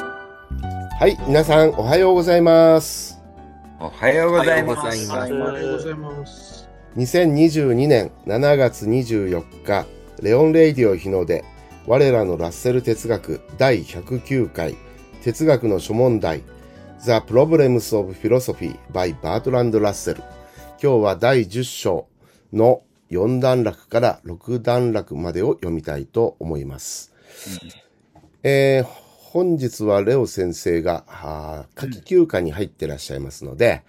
はい、皆さんおはようございます。おはようございます。おはようございおまはようございます。 2022年7月24日、レオン・レイディオ日の出、我らのラッセル哲学第109回、哲学の諸問題、The Problems of Philosophy by Bertrand Russell。今日は第10章の4段落から6段落までを読みたいと思います。えー本日はレオ先生が、あー夏季休暇に入ってらっしゃいますので、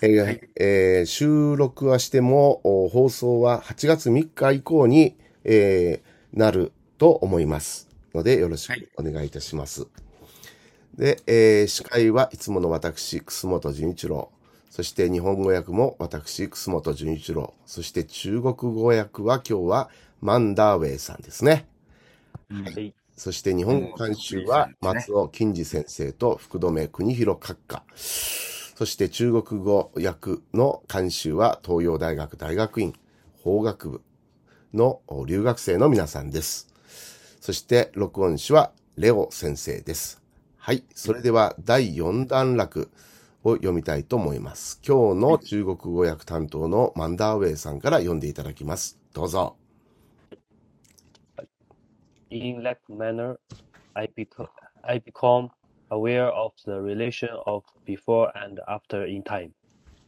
えーえー収録はしても、お放送は8月3日以降に、えーなると思います。ので、よろしくお願いいたします。で、えー司会はいつもの私、楠本純一郎。そして日本語訳も私、楠本純一郎。そして中国語訳は今日はマンダーウェイさんですね。はい。そして日本語監修は松尾金次先生と福留邦弘閣下。そして中国語訳の監修は東洋大学大学院法学部の留学生の皆さんです。そして録音師はレオ先生です。はい。それでは第4段落を読みたいと思います。今日の中国語訳担当のマンダーウェイさんから読んでいただきます。どうぞ。 In that manner, I become I become aware of the relation of before and after in time.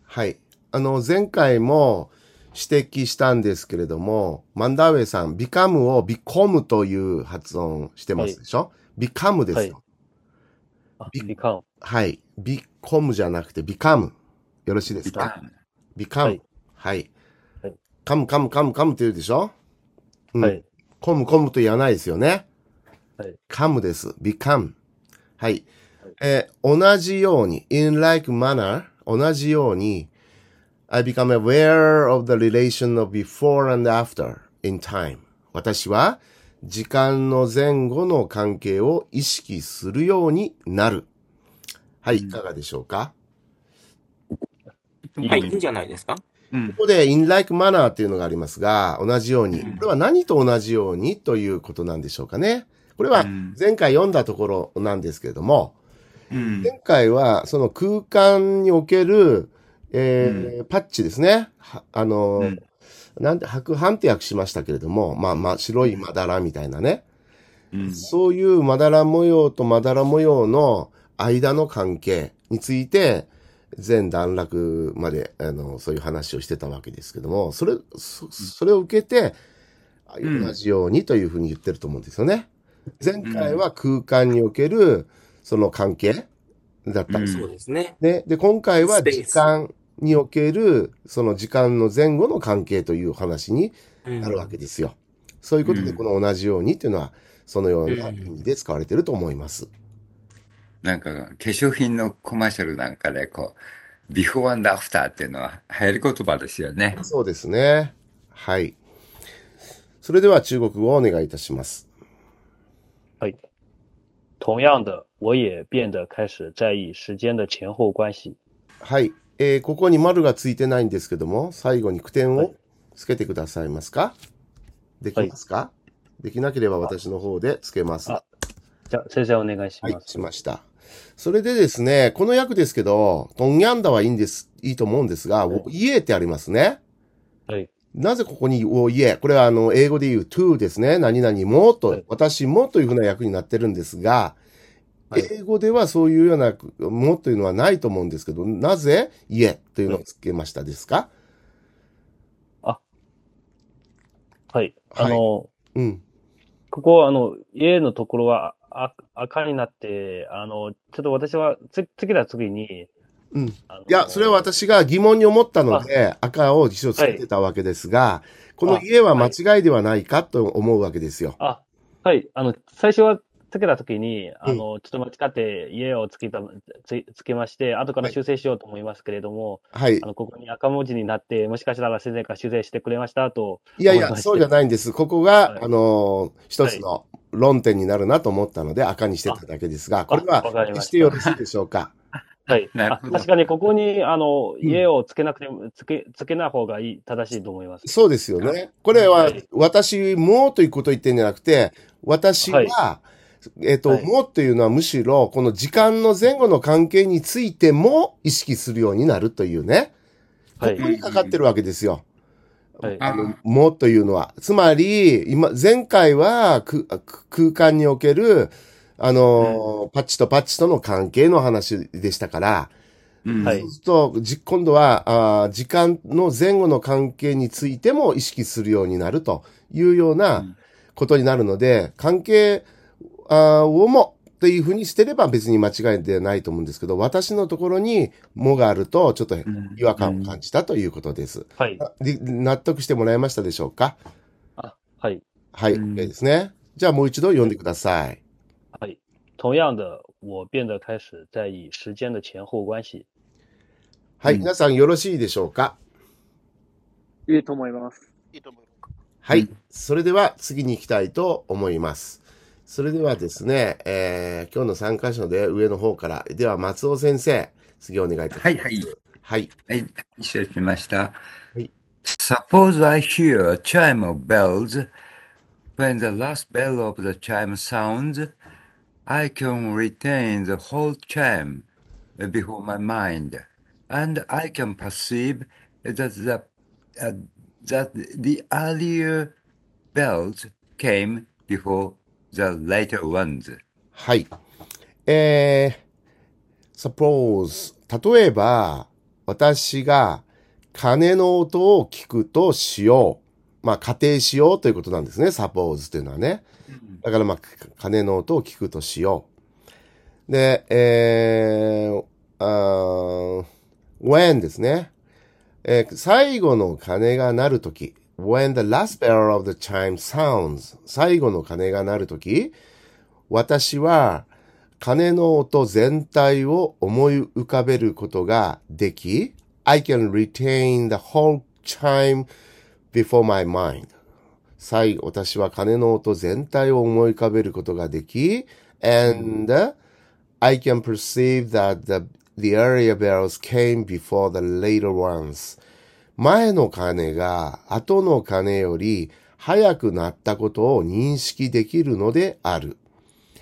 はい。あの、前回も指摘したんですけれども、マンダーウェイさん、become を become という発音してますでしょ、?become ですよ。あ Be- become はい。become じゃなくて become。よろしいですか ?become。はいはい。 come, come, come, come って言うでしょうんはい。コムコムと言わないですよね。はい。カムです。become。はい。えー同じように、in like manner, 同じように、I become aware of the relation of before and after in time. 私は、時間の前後の関係を意識するようになる。はい、いかがでしょうか、はい、いいんじゃないですか。ここで in like manner っていうのがありますが、同じように。これは何と同じようにということなんでしょうかね。これは前回読んだところなんですけれども、うん前回はその空間における、えーパッチですね。はあのー、なんて、白斑って訳しましたけれども、まあまあ白いまだらみたいなね。うんそういうまだら模様とまだら模様の間の関係について、全段落まで、あの、そういう話をしてたわけですけども、それ、そそれを受けて、あうん同じようにというふうに言ってると思うんですよね。前回は空間における、その関係だったんです。そうですね。ね。で、今回はスペー時ス間における、その時間の前後の関係という話にうんなるわけですよ。そういうことで、うんこの同じようにっていうのは、そのようなうん意味で使われてると思います。なんか、化粧品のコマーシャルなんかで、こう、ビフォーアンドアフターっていうのは流行り言葉ですよね。そうですね。はい。それでは中国語をお願いいたします。はい。同样的，我也变得开始在意时间的前后关系。はい。えーここに丸がついてないんですけども、最後に句点はいをつけてくださいますかできますか、できなければ私の方でつけます。あじゃあ先生お願いしはいま、す。しました。それでですね、この訳ですけど、トンギャンダはいいんです、いいと思うんですが、はいお家ってありますね。はい。なぜここにお家これはあの、英語で言う to ですね。何々もと、はい私もというふうな訳になってるんですが、はい英語ではそういうようなもというのはないと思うんですけど、なぜ家というのをつけましたですか、はい。はいあの、うん。ここ、あの、家のところは、あ、赤になって、あの、ちょっと私は、つ、次だ次に、うん。あのいや、それは私が疑問に思ったので、赤を辞書つけてたわけですが、この家は間違いではないかと思うわけですよ。あ、はい。あの、最初はつけたときに、あの、ちょっと間違って家をつけた、つ、つけまして、後から修正しようと思いますけれども、はいあ。の、ここに赤文字になって、もしかしたら先生が修正してくれました と、いやい思いや、ましてそうじゃないんです。ここが、はいあのー一つの論点になるなと思ったので赤にしてただけですが、これはわかりま決ししてよろしいでしょう か。はい。なるあほど確かにここに、あの、ん家をつけなくても、つけ、つけない方がいい、正しいと思います。そうですよね。これは、はい私もということを言ってんじゃなくて、私は、えっ、と、はいもっていうのはむしろ、この時間の前後の関係についても意識するようになるというね。はこいこ。にかかってるわけですよ。はい。あもというのは。つまり、今、前回はくく空間における、あのーパッチとパッチとの関係の話でしたから、うんはそいうすると、じ今度はあー、時間の前後の関係についても意識するようになるというよううなんことになるので、関係あーをもっていうふうにしてれば別に間違いではないと思うんですけど、私のところにもがあると、ちょっとうん違和感を感じたということです。はい。あで納得してもらえましたでしょうかはい。はい、うん OK ですね。じゃあもう一度読んでください。はい。同样的，我变得开始在意时间的前后关系。はい、うん皆さんよろしいでしょうかいいと思います。いいと思います。はい、うんそれでは次に行きたいと思います。それではですね、えー、今日の参加者で上の方から、では松尾先生、次お願いいたします。はいはい。はい。はい、失礼しました。はい、 Suppose I hear a chime of bells. When the last bell of the chime sounds, I can retain the whole chime before my mind, and I can perceive that the, uh, that the earlier bells came before the later ones. はい。えー、suppose 例えば、私が鐘の音を聞くとしよう。まあ、仮定しようということなんですね。suppose というのはね。だからまあ、か鐘の音を聞くとしよう。で、えー、あー when ですね。えー最後の鐘が鳴るとき、when the last bell of the chime sounds, 最後の鐘が鳴るとき、私は鐘の音全体を思い浮かべることができ、I can retain the whole chime before my mind. 最後、私は鐘の音全体を思い浮かべることができ、and I can perceive that the, the earlier bells came before the later ones. 前の鐘が後の鐘より早くなったことを認識できるのである。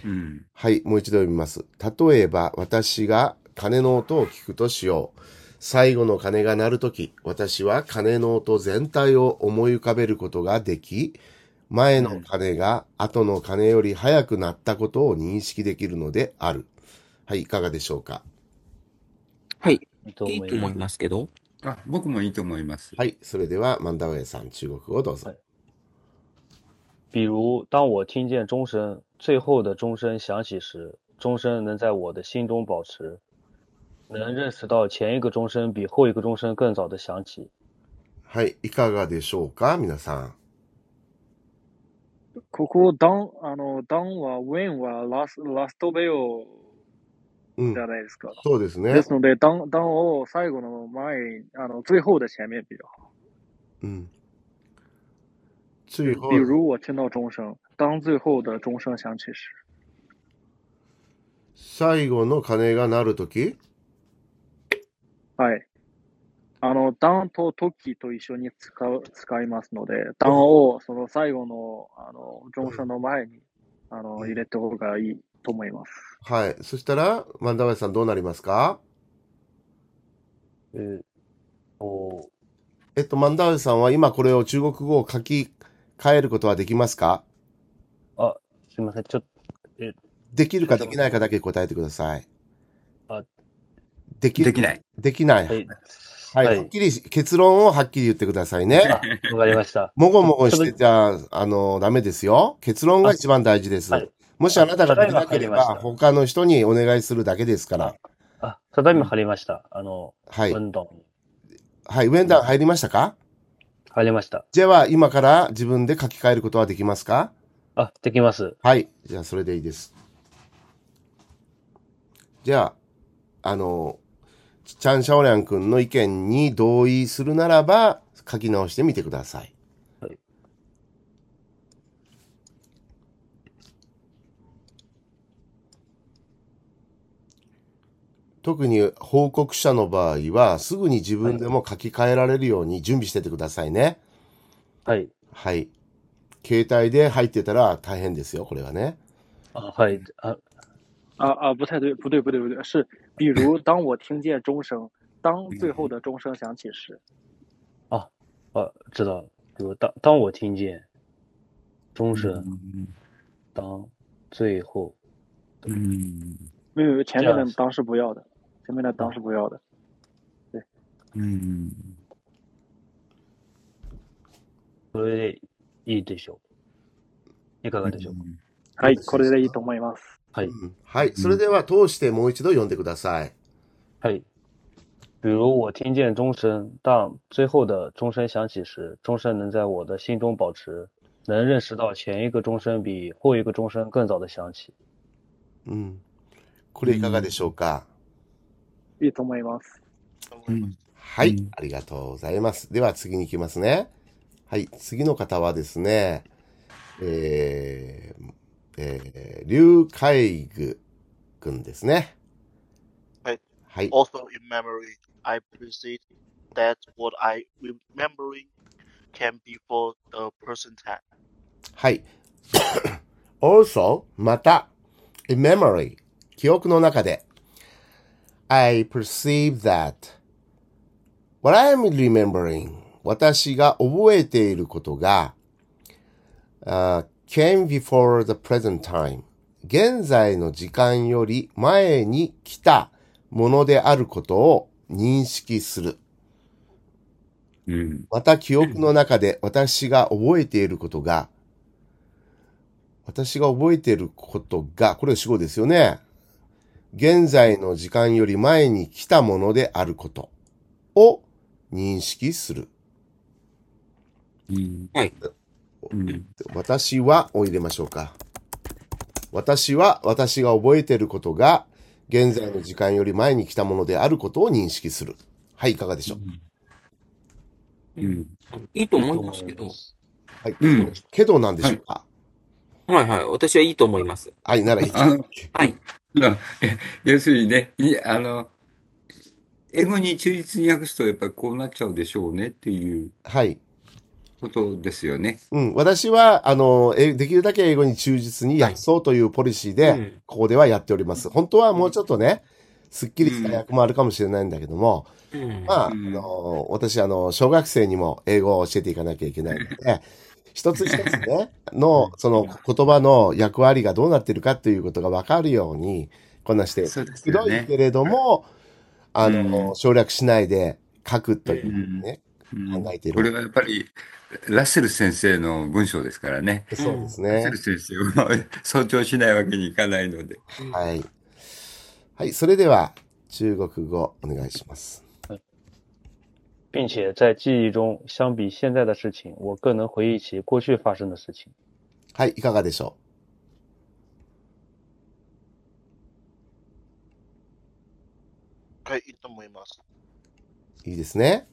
うんはい、もう一度読みます。例えば、私が鐘の音を聞くとしよう。最後の鐘が鳴るとき、私は鐘の音全体を思い浮かべることができ、前の鐘が後の鐘より早くなったことを認識できるのである。はい、いかがでしょうかはい。いいといいと思いますけど。あ僕もいいと思います。はい、それでは、マンダウェイさん、中国語をどうぞ。はい比如，当我听见钟声，最后的钟声响起时，钟声能在我的心中保持，能认识到前一个钟声比后一个钟声更早的响起。はい、いかがでしょうか皆さん。ここ、ダン、あの、ダンは、ウェンは、ラス、ラストベオうじゃん、ないですか。そうですねで。すので、ダン、ダンを最後の前に、あの、最後的前面比较好。うん。最後比如我听到钟声，当最后的钟声响起时，最後の鐘が鳴るときはい。あの、段と時と一緒に使う、使いますので、段をその最後の、あの、上昇の前に、あの、入れた方がいいと思います。はい。そしたら、万田林さんどうなりますか嗯，我えっと、万田林さんは今これを中国語を書き換えることはできますかすみません。ちょっとできるかできないかだけ答えてください。あでき、できない。できない。 はいはい。ははっきりし、結論をはっきり言ってくださいね。い、わかりました。もごもごしてそちゃ、あの、ダメですよ。結論が一番大事ですはい。もしあなたができなけれただいま入ば、りま他の人にお願いするだけですから。あ、ただいま入りました。あの、はい。運動にはい。ウェンダン入りましたか入りました。では、今から自分で書き換えることはできますかあ、できます。はい。じゃあ、それでいいです。じゃあ、あの、チャン・シャオリャン君の意見に同意するならば、書き直してみてください。特に報告者の場合は、すぐに自分でも書き換えられるように準備しててくださいね。はい。はい。携帯で入ってたら大変ですよ、これはね。啊，はい、あ、啊啊，不太对，不对，不对，不对，是比如当我听见钟声，当最后的钟声响起时，啊，知道了。比如当当我听见钟声，当最后没有没有前面这的样子当是不要的，前面的当是不要的。これでいいでしょう。いかがでしょうか。はい、そうですこれでいいと思います。はい、うんはい。それでは通してもう一度読んでください。はい。比如我听见钟声，当最后的钟声响起时，钟声能在我的心中保持，能认识到前一个钟声比后一个钟声更早的响起。うん。これいかがでしょうか、いいと思います。はい、うんありがとうございます。では次に行きますね。はい。次の方はですね、えー、えー、劉海愚くんですね。はい。はい。 Also in memory, I perceive that what I remembering can be for the present time. はい。also, また、in memory, 記憶の中で、I perceive that what I'm remembering 私が覚えていることが、あー came before the present time 現在の時間より前に来たものであることを認識する。また記憶の中で私が覚えていることが、私が覚えていることが、これ主語ですよね。現在の時間より前に来たものであることを認識する。はい。私はを入れましょうか。私は私が覚えていることが、現在の時間より前に来たものであることを認識する。はい、いかがでしょう。いいと思いますけど。嗯はい。うんけどなんでしょうか。はいはい。私はいいと思います。はい、ならいい。あのはい。まあえ要するにね、いあの、英語に忠実に訳すと、やっぱりこうなっちゃうでしょうねっていうはい。ことですよね。うん、私は、あの、えできるだけ英語に忠実に訳そうというポリシーで、うん。ここではやっております。本当はもうちょっとね、すっきりした訳もあるかもしれないんだけども、うん。まあ、あうんの、私、あの、小学生にも英語を教えていかなきゃいけないので、一つ一つね、の、その言葉の役割がどうなってるかということがわかるように、こんなして、そうですくよどいね。けれども、あの、うん省略しないで書くといううんね、うん考えているこれはやっぱりラッセル先生の文章ですからね。うんそうですラッセねル。先生は尊重しないわけにいかないので。うんはい。はい、それでは中国語お願いします。并且在记忆中，相比现在的事情，我更能回忆起过去发生的事情。はい、いかがでしょはい、いいと思います。ういいですね。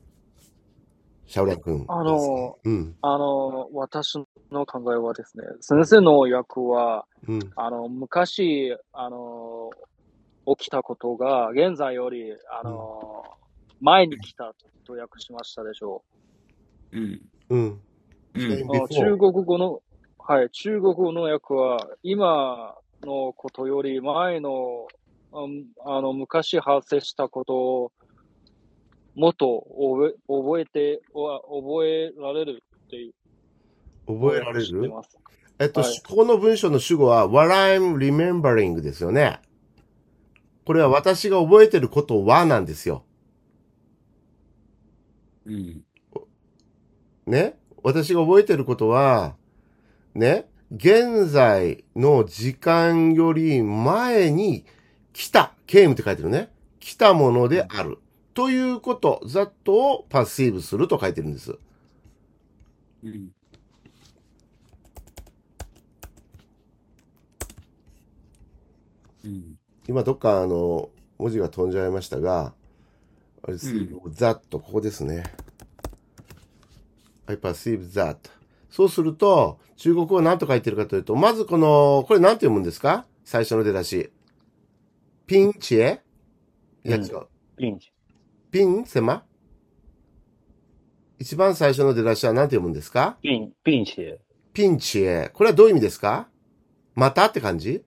シャオリャン君。あの、うん、あの、私の考えはですね、先生の役は、うん、あの、昔、あの、起きたことが、現在より、あの、前に来たと訳しましたでしょうん。うん。う came ん。う。あ before の中国語の、はい、中国語の訳は、今のことより前の、うんあの、昔発生したことを、もっと覚え覚えて、お覚えられるっていう覚えら訳れしてるます。えっと、はいここの文章の主語は what I'm remembering ですよね。これは私が覚えてることはなんですよ。うん。ね。私が覚えてることは、ね。現在の時間より前に来た、came って書いてるね。来たものである。ということ、ざっとをパスイブすると書いてるんです。うん。うん。今どっかあの、文字が飛んじゃいましたが、あれです、ざっと、ここですね。I perceive that. そうすると、中国語は何と書いてるかというと、まずこの、これ何て読むんですか最初の出だし。ピンチエいやうん違う。并且ピンセマ一番最初の出だしは何て読むんですか并并且ピンチエ。これはどういう意味ですかまたって感じ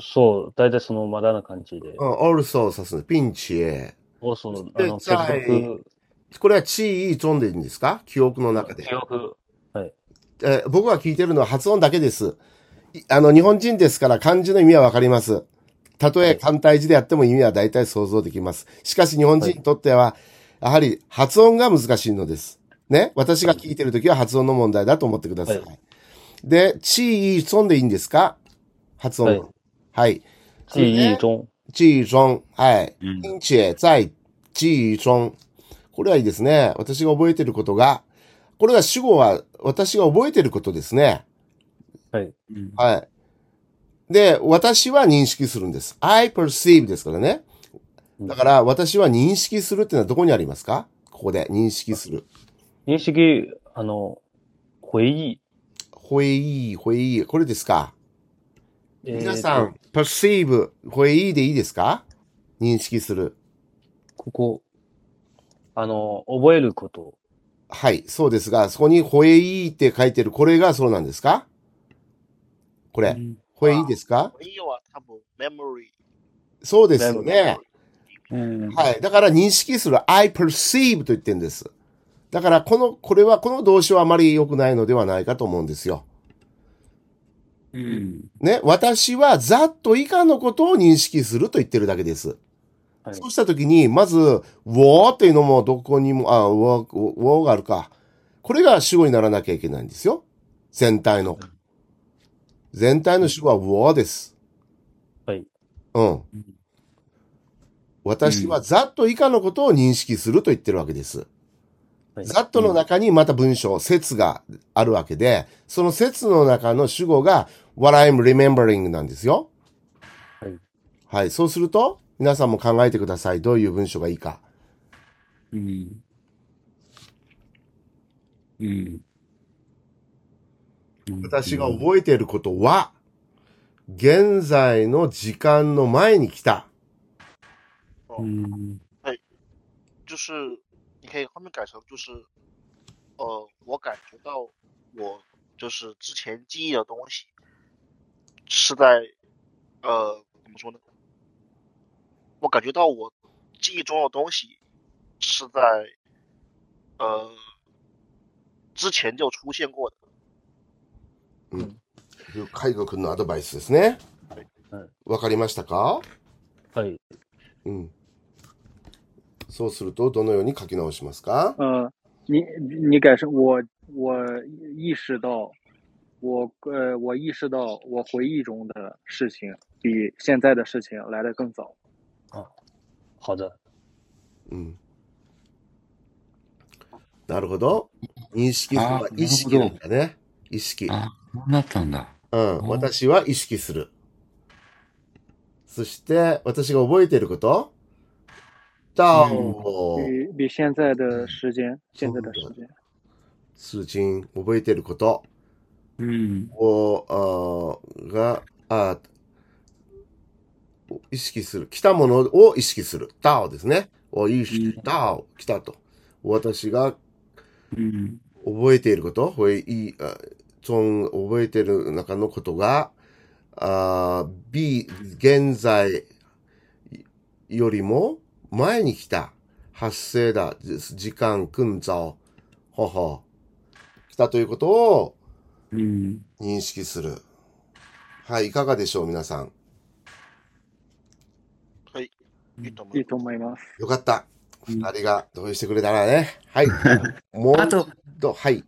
そう、大体そのまだな感じで。うん、also 指すね。ピンチへ。我所であの接在続これは地位飛んでるんですか記憶の中で記。憶えー僕が聞いてるのは発音だけです。いあの、日本人ですから漢字の意味はわかります。たとえ簡体字であっても意味は大体想像できます。しかし日本人にとっては、やはり発音が難しいのです。ね。私が聞いてるときは発音の問題だと思ってください。はで、地位飛んでいいんですか発音。ははいい。それ记忆で中。地位中。はい。うん并且在记忆中。これはいいですね。私が覚えてることが、これは主語は私が覚えてることですね。うんはい。で、私は認識するんです。I perceive ですからね。だから、私は認識するっていうのはどこにありますかここで認識する。認識、あの、呃回忆。ほえい、ほえい、これですか。えーと皆さん、perceive、ほえいでいいですか認識する。ここ、あの、覚えること。はい、そうですが、そこにほえいって書いてる、これがそうなんですかこれ、ほえいですかいいわ、多分、memory。そうですよね。うんはい。だから認識する I perceive と言ってるんです。だから、この、これは、この動詞はあまり良くないのではないかと思うんですよ。うんね。私はざっと以下のことを認識すると言ってるだけです。はいそうしたときに、まず、wo っていうのもどこにも、あ、wo, wo があるか。これが主語にならなきゃいけないんですよ。全体の。全体の主語は wo です。はい。うん。私はざっと以下のことを認識すると言ってるわけです。はいざっとの中にまた文章、説があるわけで、その説の中の主語が what I'm remembering なんですよ。はい。はい。そうすると、皆さんも考えてください。どういう文章がいいか。うんうん私が覚えていることは、現在の時間の前に来た。うん就是你可以后面改成就是，呃，我感觉到我就是之前记忆的东西是在，呃，怎么说呢？我感觉到我记忆中的东西是在，呃，之前就出现过的。海悟君のアドバイスですねはい。わかりましたかはい。うん。そうすると、どのように書き直しますか嗯，你你改成我我意识到，我呃我意识到我回忆中的事情比现在的事情来得更早。好的。うん。なるほど。認識するあーなはるほど意識なんだね。意識。あそうなったんだうん。ー私は意識する。そして、私が覚えていることダオ比比现在的时间，现在的时间，数字覚えていることうんを、あーが、あー意識する。来たものを意識する。ダオですね。を意識う、ダオ、来たと。私がうん覚えていること、ほい、いい、あちょん、覚えている中のことが、あー B、現在よりも前に来た。発生だ。じ時間、訓造、ほほ。来たということをうん認識する。はい、いかがでしょう、皆さん。はい。いいと思いいいと思います。よかった。うん二人が同意してくれたらね。 はい。もうあと一度、はい。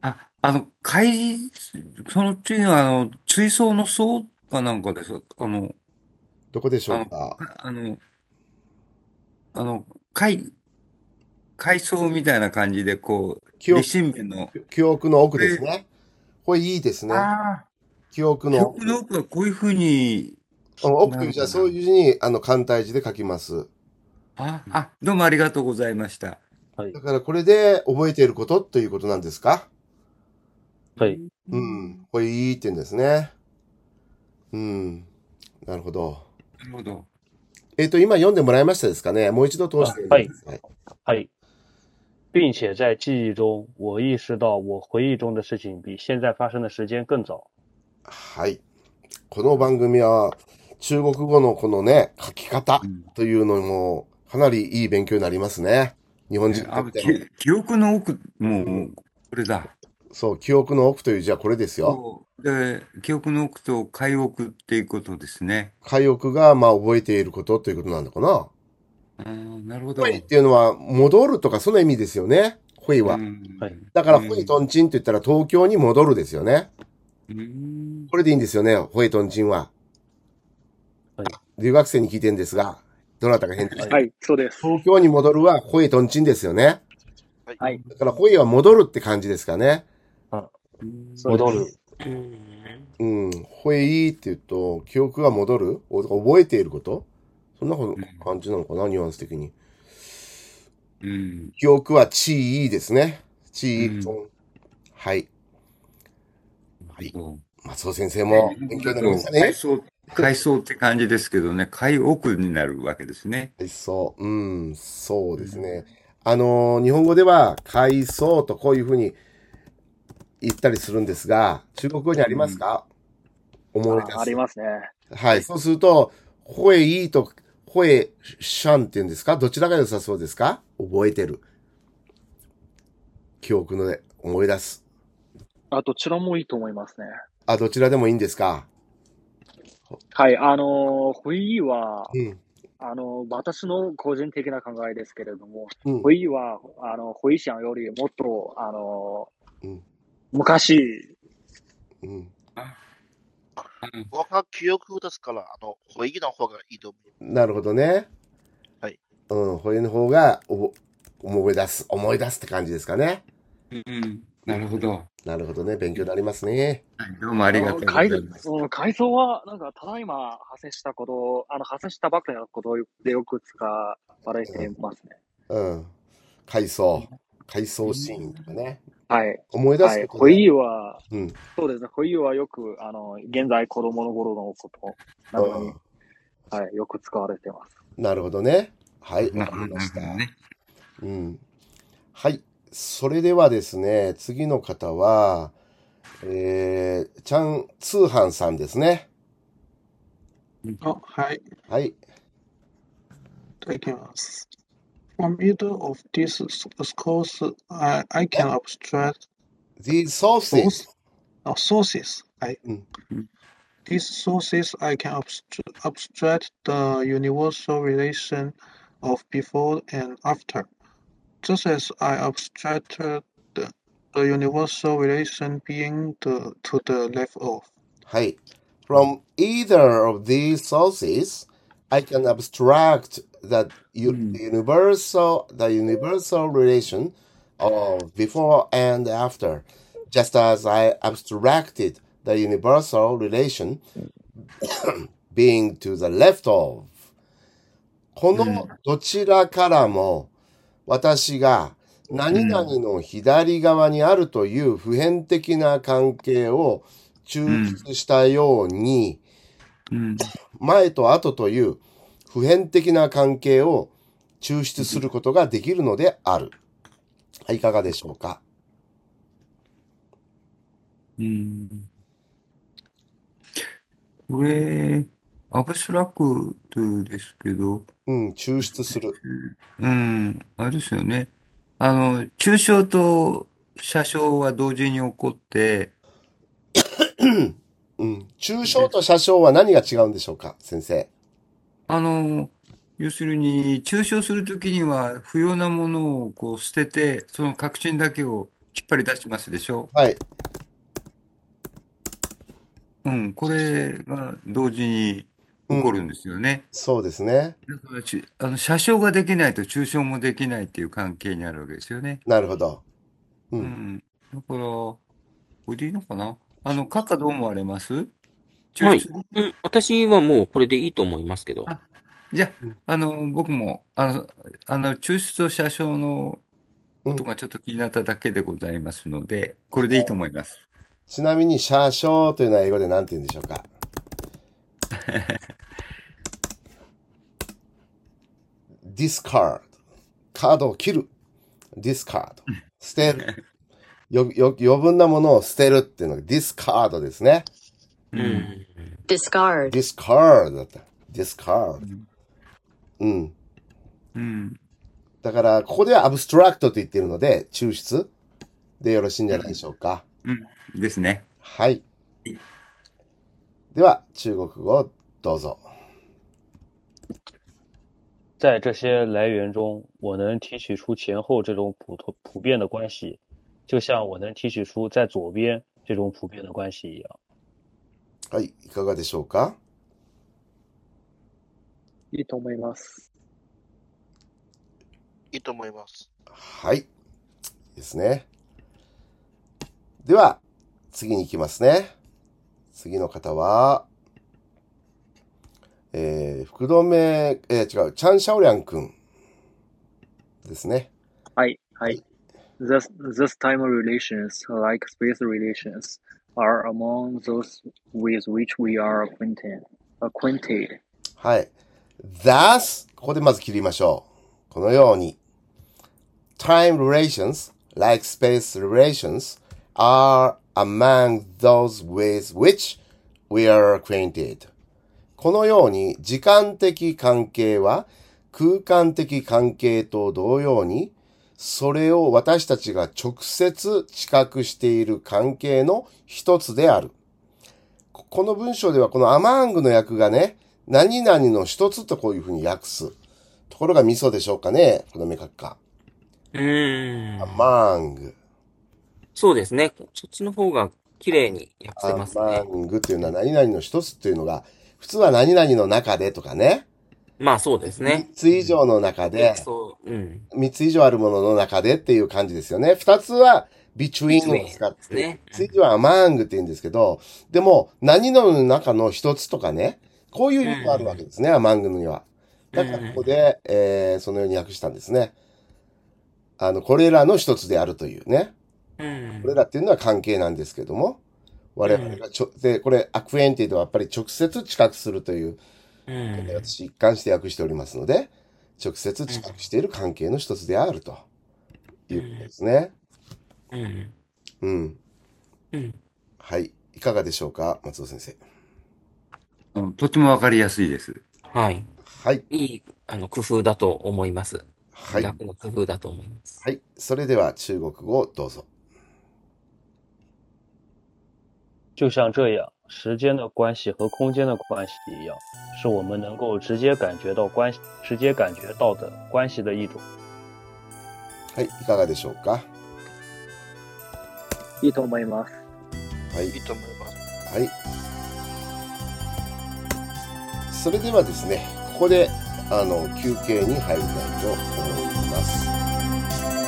あ、あの、海、その次のあの、追走の層かなんかです。あの、どこでしょうか。あの、あの、海、海藻みたいな感じで、こう、記憶李新弁の、記憶の奥ですね。これいいですね。ああ、記憶記の奥。憶の奥はこういうふうに、うん奥となういるほ字どはそういう字に、あの、簡体字で書きます。あ、あ、どうもありがとうございました。はいだ。からこれで覚えていることということなんですかはい。うん。これいい点ですね。うん。なるほど。なるほど。えっ、と、今読んでもらいましたですかねもう一度通して読んでください。はい。并且在记忆中，我意识到我回忆中的事情比现在发生的时间更早。はい。この番組は中国語のこのね、書き方うんというのもかなりいい勉強になりますね。日本人にとあっきて。記憶の奥、もう、これだ。そう、記憶の奥という字はこれですよ。そうで、記憶の奥と解憶っていうことですね。回憶がまあ覚えていることということなんだかな。あーなるほど。ほいっていうのは戻るとかその意味ですよね。ほいは。うんはいだから、ほいとんちんって言ったら東京に戻るですよね。うんこれでいいんですよね、ほいとんちんは。はい留学生に聞いてんですが、どなたが返事してはい、そうです。東京に戻るはほいとんちんですよね。ははいい。だから、ほいは戻るって感じですかね。そうです戻る。うん。ほいって言うと、記憶が戻るお覚えていることそんなこと感じなのかな、ニュアンス的に。うん記憶は地位ですね。地位、うんはい。はい。そう松尾先生も勉強になりましたね回。想、回想って感じですけどね、解憶になるわけですね。海藻、うん、そうですね。あのー、日本語では海藻とこういうふうに言ったりするんですが、中国語にありますか、思い出す。あありますね。はい。そうすると、ほえいいと、ほえしゃんって言うんですかどちらが良さそうですか覚えてる。記憶のね、思い出す。あ、どちらもいいと思いますね。あ、どちらでもいいんですかはい、あのー、ホイは、うん。あのー、私の個人的な考えですけれども、うんホ。イは、あの、ホイシャンよりもっと、あのうん、昔、うん、我が記憶ですから、あの、回忆の方がいいと思う。なるほどね。はい。うん、ほえの方がおぼ思い出す、思い出すって感じですかね。うん、なるほど。なるほどね。勉強になりますね。はい、どうもありがとうございます。うん改造は、なんか、ただいま発生したこと、あの、発生したばかりのことでよく使われていますね。うん。回想。回想シーンとかね。はい。思い出はい。すことホでイは、うん。そうですね。ホイはよく、あの、現在子供の頃のことなどに、うんはい、よく使われてます。なるほどね。はい。なわかりましたなる。ほどね。うん。はい。それではですね、次の方は、えー、ちゃん通販さんですね。 Oh, hi. はい。 Taking us. From either of these s- scores, I, I can abstract These sources. both uh, sources. I, Mm. these sources, I can abstract, abstract the universal relation of before and after, just as I abstracted the, the universal relation being the, to the left of. はい。From either of these sources, I can abstract that u- うん universal, the universal relation of before and after, just as I abstracted the universal relation being to the left of. このどちらからも私が何々の左側にあるという普遍的な関係を抽出したように、うん、前と後という普遍的な関係を抽出することができるのである。はい、いかがでしょうかうん。これ、アブストラクトですけど、うん、抽出する。うん、あれですよね。あの、抽象と写生は同時に起こって、うん。抽象と写生は何が違うんでしょうか先生。あの、要するに、抽象するときには、不要なものをこう捨てて、その核心だけを引っ張り出しますでしょ。はい。うん、これが同時に起こるんですよね。そうですね。だからち、あの、写生ができないと抽象もできないっていう関係にあるわけですよね。なるほど。う。うんん。だから、これでいいのかなあの、閣下どう思われますは抽い象。うん、私はもうこれでいいと思いますけど。あじゃうんあ、あの、僕も、あの、あの、抽出と写生のことがちょっと気になっただけでございますので、これでいいと思います。ちなみに写生というのは英語で何て言うんでしょう かディスカード。カードを切る。ディスカード。捨てる。よ、よ、余分なものを捨てるっていうのがディスカードですね。うん。 discard, discard だった。discard。うん。うん。だから、ここではアブストラクトと言っているので、抽出でよろしいんじゃないでしょうか。ですね。はい。では、中国語をどうぞ。在这些来源中，我能提取出前后这种普通普遍的关系，就像我能提取出在左边这种普遍的关系一样。はい。いかがでしょうかいいと思います。いいと思います。はい。ですね。では、次に行きますね。次の方は、えー、福留、えー、違う、チャン・シャオリャン君ですね。はい、はい。This, this time relations, like space relations, are among those with which we are acquainted. acquainted. はい。thus, ここでまず切りましょう。このように、time relations, like space relations, are among those with which we are acquainted. このように時間的関係は空間的関係と同様にそれを私たちが直接知覚している関係の一つである。ここの文章ではこのアマングの訳がね、何々の一つとこういうふうに訳す。ところがミソでしょうかねこの目角か。うんア。マング。そうですね。そっちの方が綺麗に訳せアますマね。ングというのは何々の一つというのが、普通は何々の中でとかね。まあそうですね3。つ以上の中で。そう、うん。三つ以上あるものの中でっていう感じですよね。二つは between を between 使っですてね、三つ以上は among って言うんですけど、でも何々の中の一つとかね、こういう意味があるわけですね、among には。だからここで、えーそのように訳したんですね。あの、これらの一つであるというね。うん。これらっていうのは関係なんですけども、我々がちょ、で、これ、アクエンティドはやっぱり直接知覚するという、うん。私一貫して訳しておりますので、直接知覚している関係の一つであるということですね。うん。うん。うん。はい。いかがでしょうか、松尾先生。うんとてもわかりやすいです。はい。はい。いい、あの、工夫だと思います。はい。楽の工夫だと思います。はい。それでは中国語をどうぞ。就像这样，时间的关系和空间的关系一样，是我们能够直接感觉到关系、直接感觉到的关系的一种。はい。いかがでしょうか。はいいと思います。いいい。と思います。はい。それではですね、ここで、あの、休憩に入りたいと思います。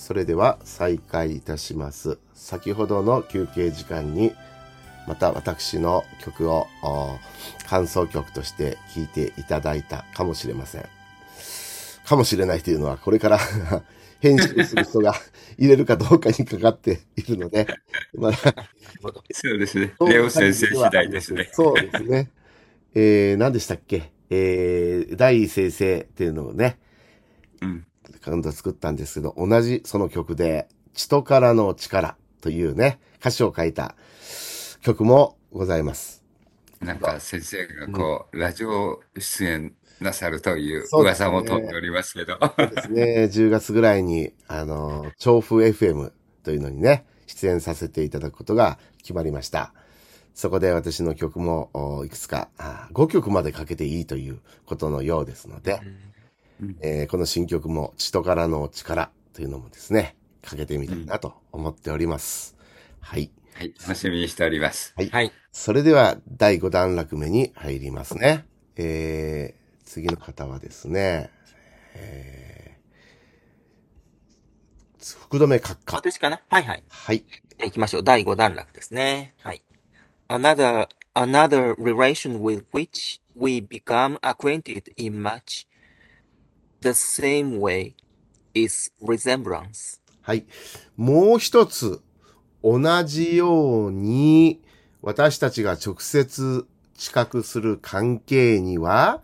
それでは再開いたします。先ほどの休憩時間に、また私の曲をお感想曲として聴いていただいたかもしれません。かもしれないというのは、これから 編集する人が入れるかどうかにかかっているので、まだそうですね。レオ先生次第ですね。そうですね。 えー、何でしたっけえー、大井先生っていうのをね、うん。今度作ったんですけど、同じその曲で、血とからの力というね、歌詞を書いた曲もございます。なんか先生がこう、ラジオ出演なさるというそうですね噂も飛んでおりますけど。そうですね、10月 ぐらいに、あの、調布 FM というのにね、出演させていただくことが決まりました。そこで私の曲もおいくつか、あ5曲までかけていいということのようですので、えーこの新曲も、血とからの力というのもですね、かけてみたいなと思っております。はい。はい、楽しみにしております。はい。それでは、第5段落目に入りますね。えー、次の方はですね、えー、福留閣下。私かなはいはい。はい。行きましょう。第5段落ですね。はい。Another, another relation with which we become acquainted in much the same way is resemblance. はい。もう一つ、同じように、私たちが直接知覚する関係には、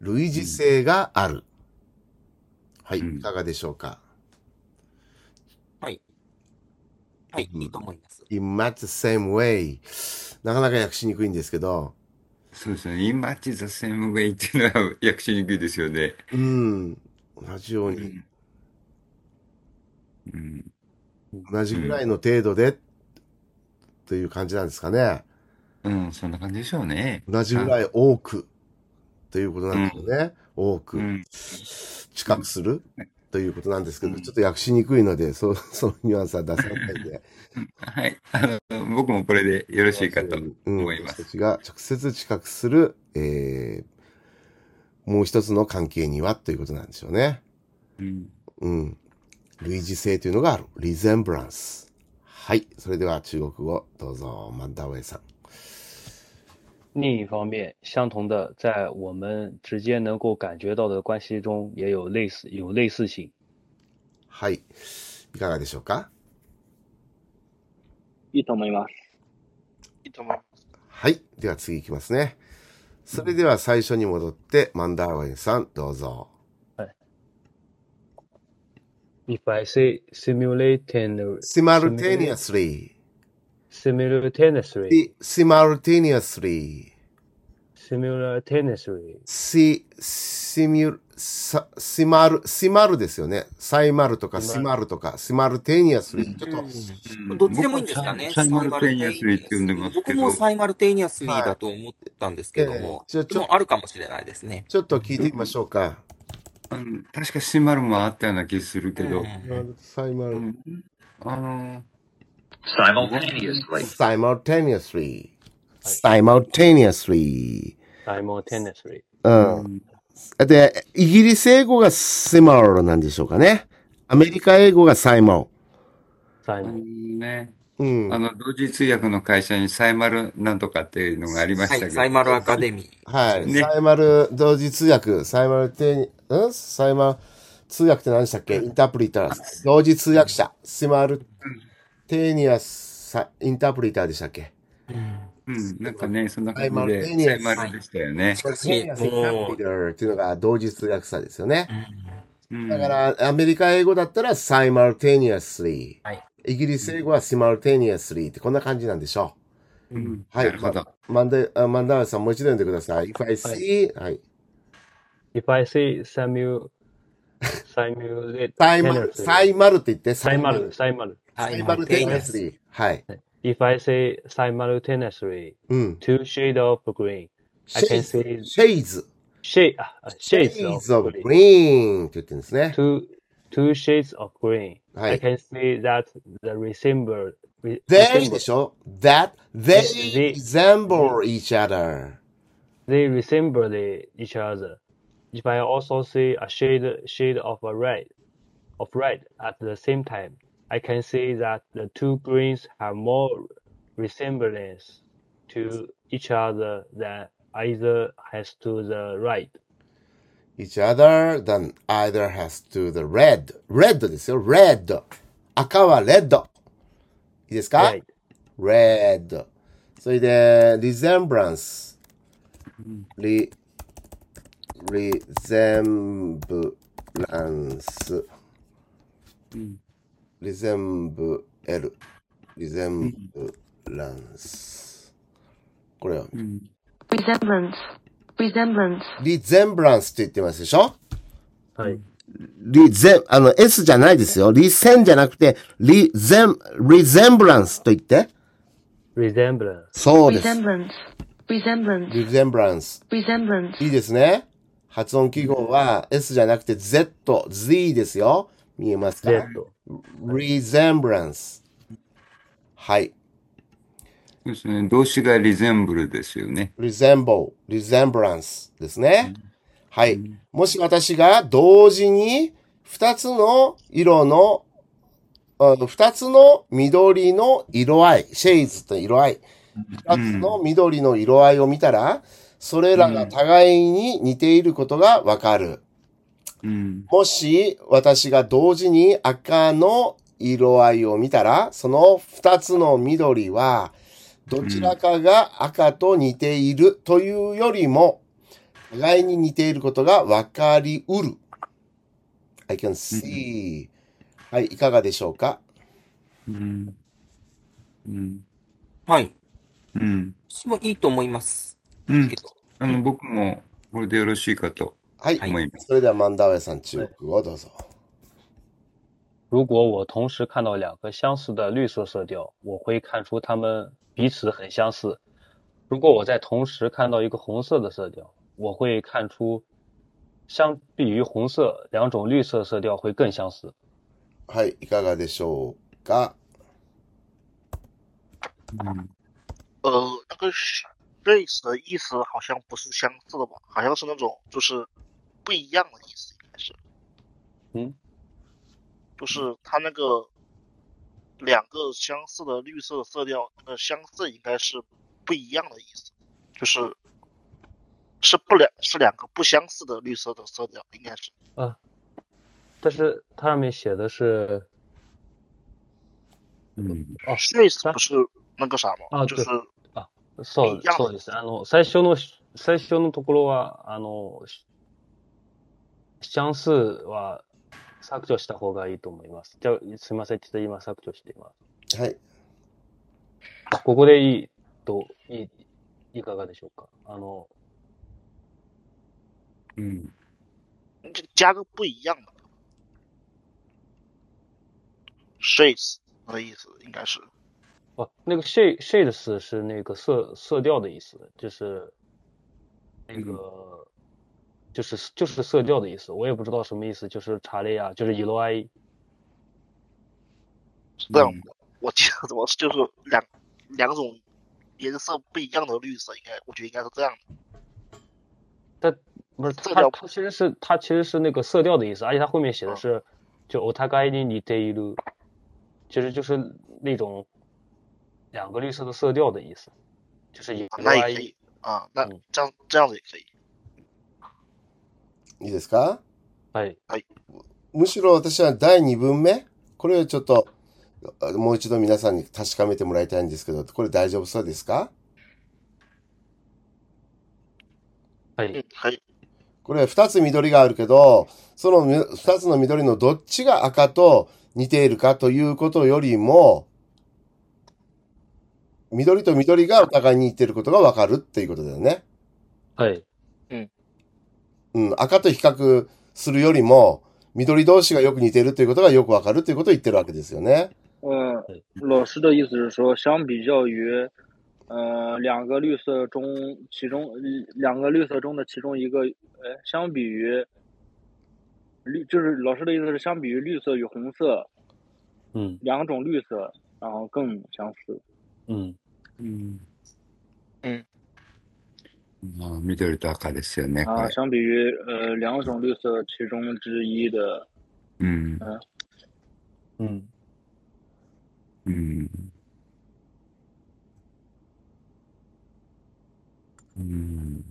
類似性がある。はい。うんいかがでしょうか、はい。はい、うんいいと思います。 ?in much the same way. なかなか訳しにくいんですけど、そうですね。In much the same way っていうのは 訳しにくいですよね。うん。同じよううに、ん。うん。同じぐらいの程度で、という感じなんですかね。うん、そんな感じでしょうね。同じぐらい多く、ということなんですよね。多うく、ん。知覚する、ということなんですけど、うんちょっと訳しにくいので、そ そのニュアンスは出さないで。はい。あの、僕もこれでよろしいかうとん、思いま私たす。ちが直接知覚する、えー、もう一つの関係にはということなんでしょうね。うん。うん。類似性というのがある。resemblance。はい。それでは中国語、どうぞ、マンダウェイさん。另一方面，相同的，在我们直接能够感觉到的关系中，也有类似有类似性。はい。いかがでしょうかいいと思います。いいと思います。はい。では次いきますね。それでは最初に戻って、マンダーウェイさん、どうぞ。 If I say simultaneously, simultaneously, simultaneously, simultaneously, simultaneously, si, simul, sa, simul, simul ですよね。サイマルとかシマルとか、simultaneously。ちょっと、うんどっちでもいいんですかね。僕はサイサイマルテニアスリーって呼んでますけ僕どもサイマルテニアスリーだと思ったんですけどはいええも、じゃあでちょもあるかもしれないですね。ちょっと聞いてみましょうか。うん確かシマルもあったような気するけど、うんサイマうル、んあの、 simultaneously, simultaneously, はい simultaneously。 simultaneously, う。うんんで、イギリス英語がシマルなんでしょうかね。アメリカ英語がサイモあの simul, ね、ン。うん。あの、同時通訳の会社にサイマルなんとかっていうのがありまはしい、たけサイど、マルアカデミーでしはたい。ね。ねサイマル同時通訳、サイマルテニ、んサイマル、通訳って何でしたっけインタープリター、同時通訳者、シマルテニアス、サインタープリターでしたっけうんうん、なんかね、そんなサイマ感じルで、テニサアイス、マサルでしたよねし。イかマルテしニ、アス、インターもプうリ、ターっていうのが同時通訳者ですよねう。んうだん、から、アメリカ英語だったらサイマルテニアスリはい。ー。イギリス英語はシマルテニアスリーってこんな感じなんでしょううんん、う。は。ないるほま、ど。マンデ、あマンダーラさんもう一度読んでください。If I はい see, はい。 If I say simul, サイマル、サ simultaneously, イマルって言って、サイマ simul, ル。 simul. ササイイママルルテテニニアアスス。リー。はい。 If I say simultaneously, うん。 two shades of green, I シェ can イズ、 say シェイズ、 shade, uh, シ shades ェイ of ズオブ green. グリーンって言ってるんですね。 two two shades of green. は I い。 can see that the resemble they re, で resemble しょ ?that, they they they they resemble each other. they resemble the- each other. If I also see a shade shade of a red, of red at the same time, I can see that the two greens have more resemblance to each other than either has to the right. each other than either has to the red. red ですよ。red。赤は red。いいですか Right. ?red。それで、resemblance。re, resemblance。resemble。resemblance。これは、 resemblance, resemblance, resemblance って言ってますでしょはい。リゼン、あの、S じゃないですよ。リセンじゃなくて、リゼン、リゼンブランスと言って。 Resemblance. そうです。 resemblance, resemblance, リゼンブランス。 resemblance, いいですね。発音記号は S じゃなくて Z、Z ですよ。見えますか Z。はい。リゼンブランス。はい。ですね。動詞がリゼンブルですよね。 resemble, resemblance ですうね。んはうい。んもし私が同時に2つの色のあの二つの緑の色合い、シェイズと色合い、う二つのん緑の色合いを見たら、それうらがん互いに似ていることがわかる。うんもし私が同時に赤の色合いを見たら、その二つの緑は、どうちらんかが赤と似ているというよりも、互いに似ていることがわかりうる。I can うん see. はい、いかがでしょうかうんうんはい。うん私もいいと思います。うけんど。あうの、ん。僕もこれでよろしいかとはい。はい。思います。それでは万ダウェイさん、中はい。国語をどうぞ。如果我同时看到两个相似的绿色色调，我会看出它们彼此很相似。如果我在同时看到一个红色的色调，我会看出相比于红色，两种绿色色调会更相似。はい、いかがでしょうかうん呃，那个 race 的意思好像不是相似的吧？好像是那种就是不一样的意思，应该是，嗯，就是它那个两个相似的绿色色调，那个相似应该是不一样的意思，就是是不两是两个不相似的绿色的色调，应该是，啊，但是它上面写的是，うん哦， race 三不是那个啥吗？あ、啊就对。是あ、不そう、一样そう的意です。思。あの、最初の、最初のところは、あの、し算数は削除した方がいいと思います。じゃあ、すみません。ちょっと今削除しています。はい。ここでいいと、いい、いかがでしょうか。あの、うん你就加个不一样的 race 的意思，应该是，あ、那个 shade shades 是那个色色调的意思，就是那うん个就是就是色调的意思。我也不知道什么意思，就是查理亚，就是 Eloi。是う这样ん的。我记得怎么就是两两种颜色不一样的绿色，应该我觉得应该是这样的，它不是色它调不它其实是它其实是那个色调的意思，而且它后面写的啊，是就 o t a g a i ni d e u 其实就是那种两个绿色的色调的意思，就是啊那也可 Eloi。以啊，那嗯，这样这样子也可以。いいですか哎，はい。むしろ私は第2文目これをちょっと、あもう一度皆さんに確かめてもらいたいんですけど、これ大丈夫そうですか哎，嗯，可以。これ2つ緑があるけど、その哎， 2つの緑のどっちが赤と似ているかということよりも、緑と緑がお互いに似ていることがわかるっていうことだよね。哎，嗯，うん、赤と比較するよりも、緑同士がよく似ているということがよくわかるということを言ってるわけですよね。呃，哎，老师的意思是说，相比较于，呃，两个绿色中其中两个绿色中的其中一个，呃，相比于绿，就是老师的意思是，相比于绿色与红色嗯两种绿色，然后更相似。嗯，うん嗯，まあ緑と赤ですよね、こ啊，れ。相比于呃两种绿色其中之一的。 Mm, 嗯， mm, mm,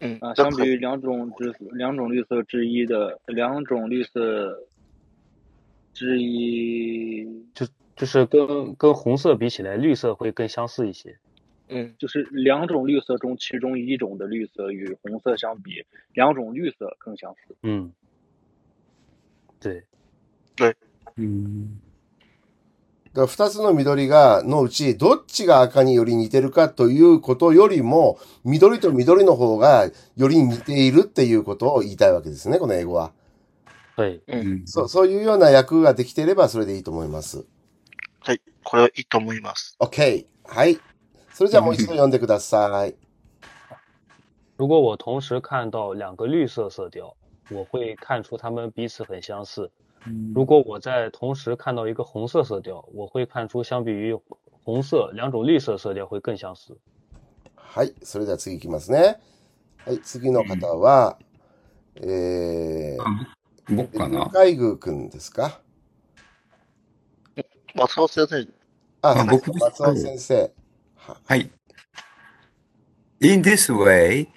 嗯，啊，这相比很于两种之两种绿色之一的两种绿色之一，就就是跟跟红色比起来，绿色会更相似一些。嗯就是两种绿色中其中一种的绿色与红色相比，两种绿色更相似。嗯，对，对， mm. だから2つの緑が、のうち、どっちが赤により似てるかということよりも、緑と緑の方がより似ているっていうことを言いたいわけですね、この英語は。はいうん、そう、そういうような訳ができていればそれでいいと思います。はい、これはいいと思います。 OK。はい。それじゃあもう一度 Mm. 読んでください。如果我同时看到两个绿色色调，我会看出它们彼此很相似。如果我在同时看到一个红色色调，我会看出相比于红色，两种绿色色调会更相似。はい。それでは次いきますね。はい。次の方は、えー、向井宮くんですか松尾先生、あ、はい。そうか、松尾先僕ですかはい。生。は、はい。 In this way,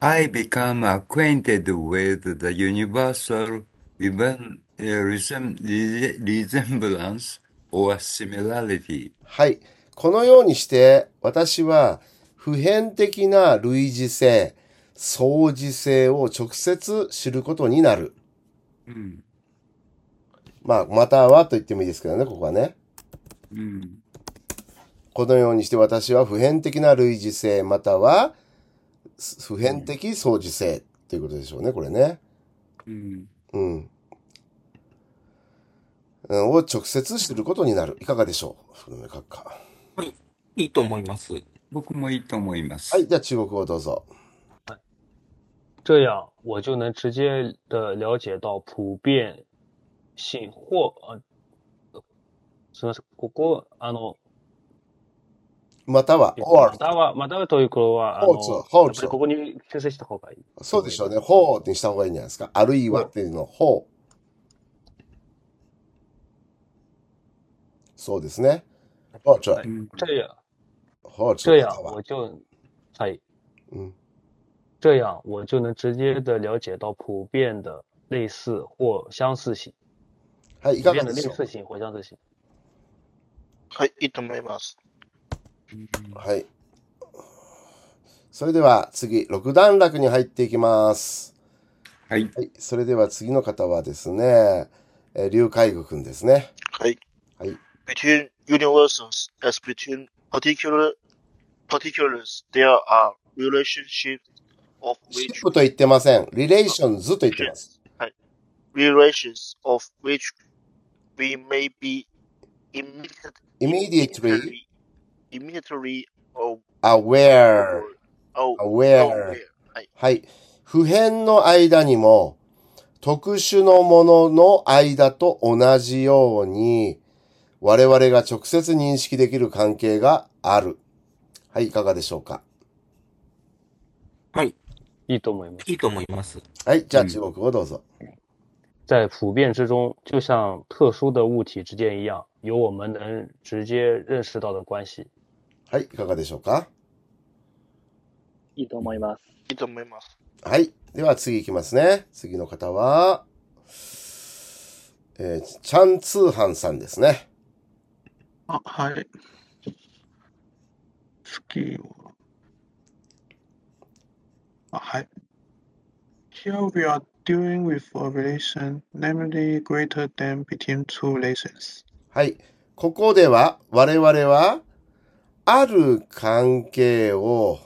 I become acquainted with the universal even uh, resem- rese- resemblance or similarity. はい。このようにして、私は普遍的な類似性、相似性を直接知ることになる。うん、まあ、またはと言ってもいいですけどね、ここはね。うん、このようにして私は普遍的な類似性、または普う遍ん、的相似性ということでしょうね、これね。うん。うん。うんを直接知ることになる。いかがでしょう古め閣下。はい。いいと思います。僕もいいと思いまはい、す。じゃあ中国語どうぞ。这样我就能直接的了解到普遍性或呃，すみません、ここあの。または、えっと、 or または、またはということは、あほうつ、の、ほうやっぱつ。りここに修正した方がいいとそうで思いしょうまね。す。はい。ほうにした方がいいんじゃないですか。あるいはっほていうの、ほう。そうですね。ほうつ、う。はい。うん、这样、ほうつ、这ま样たは。我就、はい。うん。这样我就能直接的了解到普遍的类似或相似性，はい、い普かが遍で的し类ょ似性或相似性。はい、いいと思います。うん、うはい。それでは次、六段落に入っていきます。はい。はい、それでは次の方はですね、えー、劉海愚くんですね。はい。はい。 Between universes as between particular particulars, there are relationships of シ which ップと言ってません。リレーあションズと言ってます。はい。relations of which we may be immediate, immediately immediately, immediately or aware, or or aware. aware. はい。はい。普遍の間にも、特殊のものの間と同じように、我々が直接認識できる関係がある。はい、いかがでしょうか。はい。いいと思います。いいと思います。はい、じゃうあ中ん、国語どうぞ。在普遍之中，就像特殊的物体之间一样，有我们能直接认识到的关系。はい、いかがでしょうか。いいと思います。いいと思います。はい。では次いきますね。次の方は、えー、チャンツーハンさんですね。あ、はい。次は、あ、はい。Here we are dealing with a relation, namely greater than between two relations. はい。ここでは、我々は、ある関係を、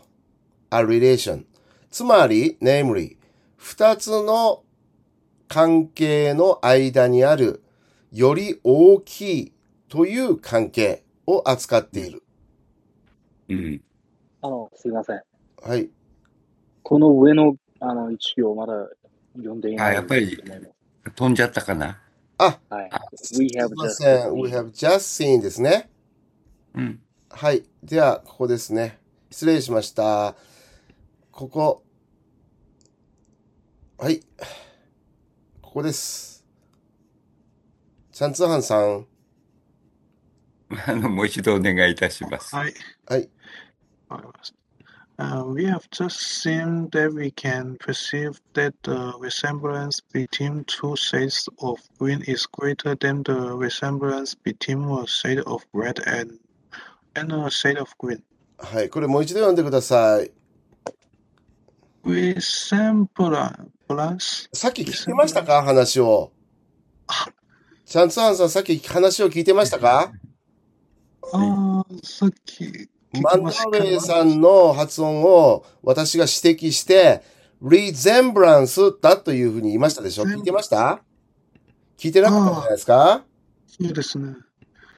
a relation。つまり、namely、二つの関係の間にある、より大きいという関係を扱っうていん、る。うん。あの、すいません。はい。この上の、あの、一行まだ読んでいあ、なやっいぱりと思います。飛んじゃったかな。あ、はい。あ、 We す have いま just せん。We seen. have just seen ですね。うん、はい。では、ここですね。失礼しました。ここ。はい。ここです。ちゃん通販さん。あの、もう一度お願いいたします。 I はい。 Uh, we have just seen that we can perceive that the resemblance between two shades of green is greater than the resemblance between a shade of red and, and a shade of green. はい。これもう一度読んでください。 Resemblance さっき聞きましたか話を。ちゃん通販さん、さっき話を聞いてましたかああ、さっき聞マきンましダたーレイかさんの発音を私が指摘して、resemblance だというふうに言いましたでしょ聞いてました聞いてなかったんじゃないですかそうですね。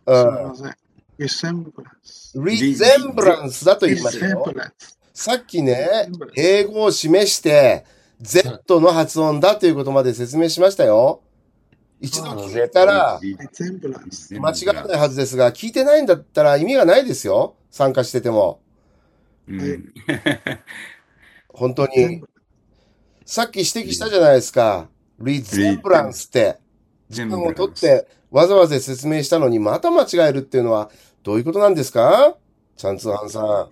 うすんみません。resemblance。 resemblance だと言いましたよ。 resemblance。さっきね、 resemblance。英語を示して、Z の発音だということまで説明しましたよ。一度ああ、聞いたら、 resemblance。間違わないはずですが、聞いてないんだったら意味がないですよ。参加してても。うん。本当に。 resemblance。さっき指摘したじゃないですか。resemblance って。時間を取っ resemblance。て、わざわざ説明したのに、また間違えるっていうのは、どういうことなんですかチャンツーハンさ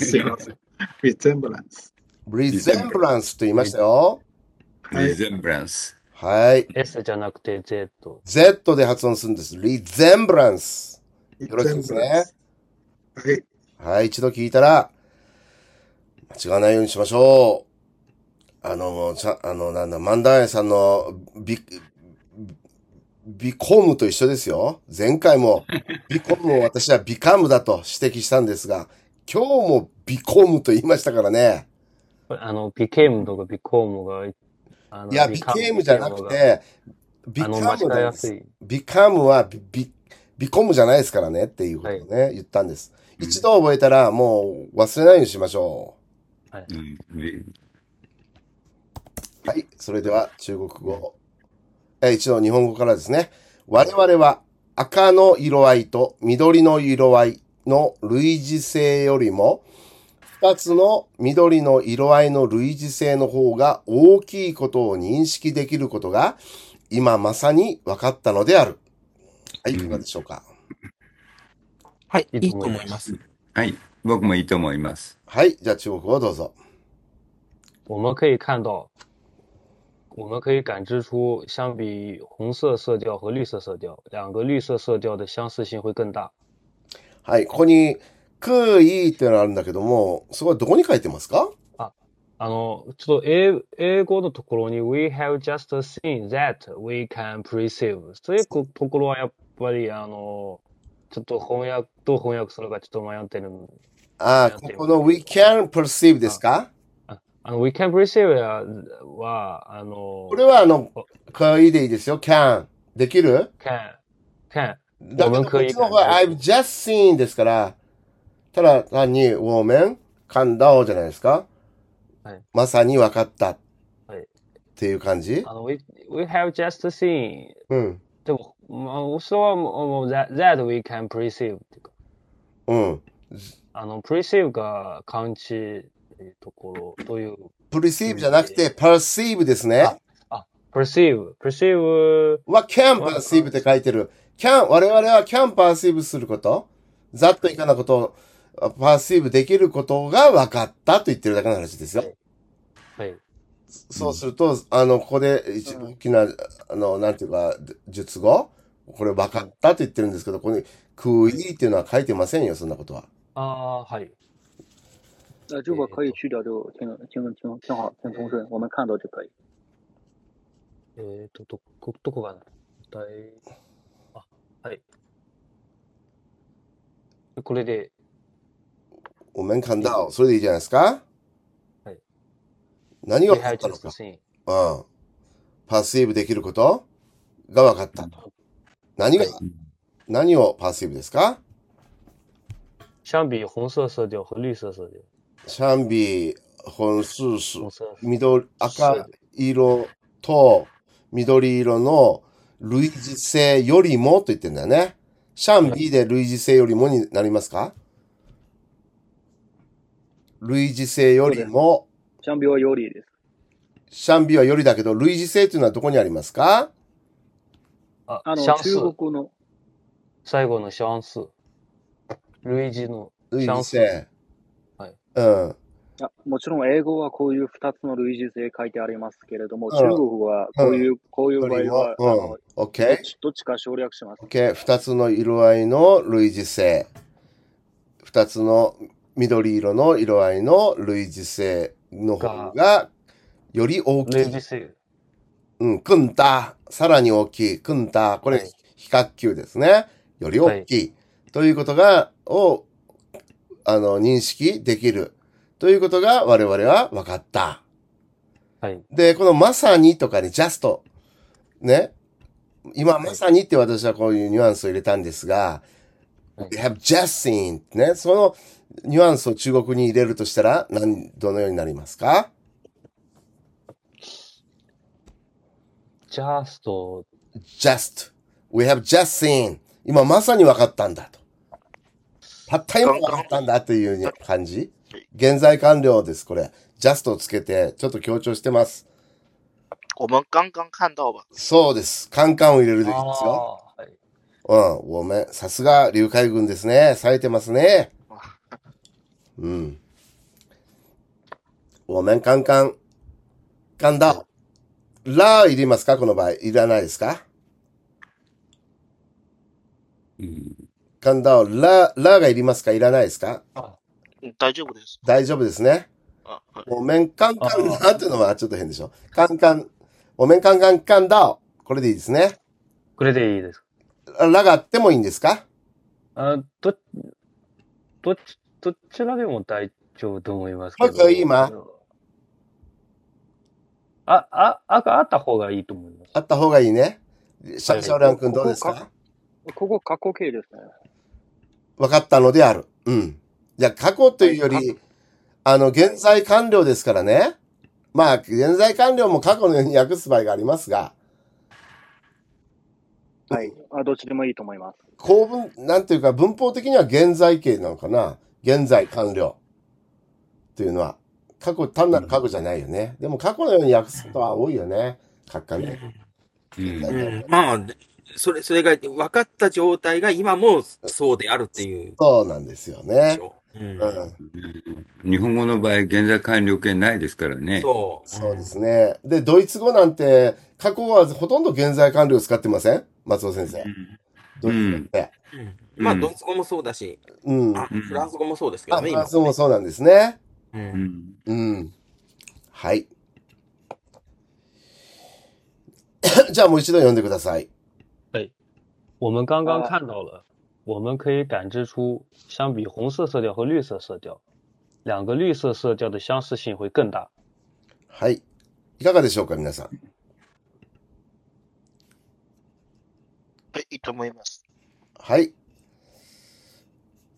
すみません。resemblance。ん。resemblance と言いましたよ。はい resemblance。はい。 S じゃなくて Z。 Z で発音するんです。resemblance。よろしいですね。 resemblance。はい。はい。一度聞いたら、間違わないようにしましょう。あの、ちゃ、あの、なんだ、万代さんの、ビ、ビコムと一緒ですよ。前回 も、ビコムを私はビカムだと指摘したんですが、今日もビコムと言いましたからね。あの、became とか become が、あいの、や、ビ become、ケームじゃな became くが、て、ビあの、間カ違ムいなんやですす。い。ビカムはビ、ビ、ビコムじゃないですからねっていうこはとをい。ね、言ったんです。う一ん。度覚えたらもう忘れないようにしましょはい。うん。う。re- はい。それでは中国うん語。えー一度日本語からですね。は我い。々は赤の色合いと緑の色合いの類似性よりも二つの緑の色合いの類似性の方が大きいことを認識できることが今まさに分かったのである。はい、いうかがでんしょうか。はい、いいいとい思とい思ま。いますす。はい。僕もいいと思います。はい、じゃあ中国語をどうぞ。我们可以看到，我们可以感知出，相比红色色调和绿色色调，两个绿色色调的相似性会更大。はい、ここに、くいっていうのがあるんだけども、そこはどこに書いてますかあ、あの、ちょっと英、英語のところに We have just seen that we can perceive ということころはやっぱりあの、ちょっと翻訳、どう翻訳するかちょっと迷ってる、ああ、迷っこていこますのけ we ど。 can perceive ですあ、かああの、We can perceive は、はあこれの、はあの、おくいでいいですよ。can。できる can, can 我だけ们どこ可っ以ちの方感知は I've 出。 just seen ですから、ただ単に woman, 感動じゃないですか。はい。まさに分かったっはい。ていう感じあの、we, we have just seen. うん。でも、まあ、それはもう、もう that, that we can perceive っていうか、うん。あの、perceive が感知っていうところ、という意 perceive じゃ味なくてで、 perceive ですね。あ、あ、perceive, perceive は can は、 perceive って書いてる。can、我々は can perceive すること。ざっとはいい、かなことをあ perceive できることが分かったと言ってるだけの話ですはよ。い、はい。うそうすん。ると、あの、ここで一う番ん。大きな、あの、なんていうか、術語。これ分うかっん、たと言ってるんですけど、ここに、くはい。いっていうのは書いてませんよ、そんなことは。ああー、はい。那如え果ーっ可以と、去掉就挺挺挺挺好，挺通え顺。我们看到就可以。ー、えーっと、どこ、どこかな大、あ、はい。これでお面感いいだ。と思それでいいじゃないですか。う。はい。何が We 分か have ったの just か。 seen. うん。パーシーブできることが分かっうたと。ん。何はが、い。うん何をパーシーブですか相比红色色调和绿色色调，シャンビー、本数数、红色緑、色赤色と緑色の類似性よりもと言ってんだよね。シャンはい。ビーで類似性よりもになりますか類似性よそうりです。も、相比は有理です。シャンビーはよりだけど、類似性というのはどこにありますかあ、あの、相中似。国の、最後の相似。類似の類似相似。性。はい。うん。いや、もちろん英語はこういう二つの類似性書いてありますけれども、う中ん。国はう。こうんいう、こういうよ場り合も、は、うあん。の、どっ OK?OK?、ち、どっちか省略します。二つの色合いの類似性。二つの緑色の色合いの類似性の方が、がより大き類い。似性。うん、くんた。さらに大きい。くんた。こはれ、い。比較級ですね。よりは大い。きい。ということが、を、あの、認識できる。ということが我々は分かった。はい。で、このまさにとかに、ジャスト。ね。今はまい。さにって私はこういうニュアンスを入れたんですが、はい。 we have just seen ね。そのニュアンスを中国に入れるとしたら、何、どのようになりますか just just. We have just seen. 今まさに分かったんだと。たった今刚分か刚ったんだというだね感じ。对，現在完了です、これ。just をつけて、ちょっと強調してます。我们刚刚看到吧？そうです。カンカンを入れるべあきですよ。あ、はい。うん、ごめん。さすが、流海軍ですね。冴えてますね。啊，うん。ごめん、カンカン。カンはダい。ラーいりますかこの場合。いらないですか Mm. カンダオ、ラー、ラーがいりますかいらないですかあ、嗯，大丈夫です。大丈夫ですね。啊，はい。ごめん、カンカンあラーっていうのはちょっと変でしょ。カンカン、ごめん、カンカン、カンダオ。これでいいですね。これでいいです。ラがあってもいいんですかあ、ど、どっち、どちらでも大丈夫と思いますけ僕はど、今、あ、あ、あがあった方がいいと思いあます。った方がいいね。シャンはシャい。オリャンこ、君どうこでこすか、かここ過去形ですね。分かったのである。うん。じゃあ過去とはいうい。よか、り、あの、は現い。在完了ですからね。まあ、現在完了も過去のように訳す場合がありますが、はい。あ、どっちでもいいと思います。構文、なんていうか文法的には現在形なのかな。現在完了というのは、過去、単なる過去 Mm. じゃないよね。でも過去のように訳すことは多いよね。書くかうね。ん現 Mm. 在う完ん、まあ、それ、それが分かった状態が今もそうであるっていう了。そうなんですよでしね。ょ。う。うんん。日本語の場合、現在完了形ないですからね。そう。うそうでん。すね。で、ドイツ語なんて、過去はほとんど現在完了使ってません松尾先生。ドうイツ語っん、て。うん。うまあ、ドイん、ツ語もそうだし、うん。あ、うフランん、ス語もそうですけあ、どフね、ラ今ンスは語もね。そうなんですね。う。うんん。うん。はい。 じゃあもう一度読んでください。はい。我们刚刚あ、看到了，我们可以感知出，相比红色色调和绿色色调，两个绿色色调的相似性会更大。はい。いかがでしょうか、皆さん。はい、いいと思います。はい。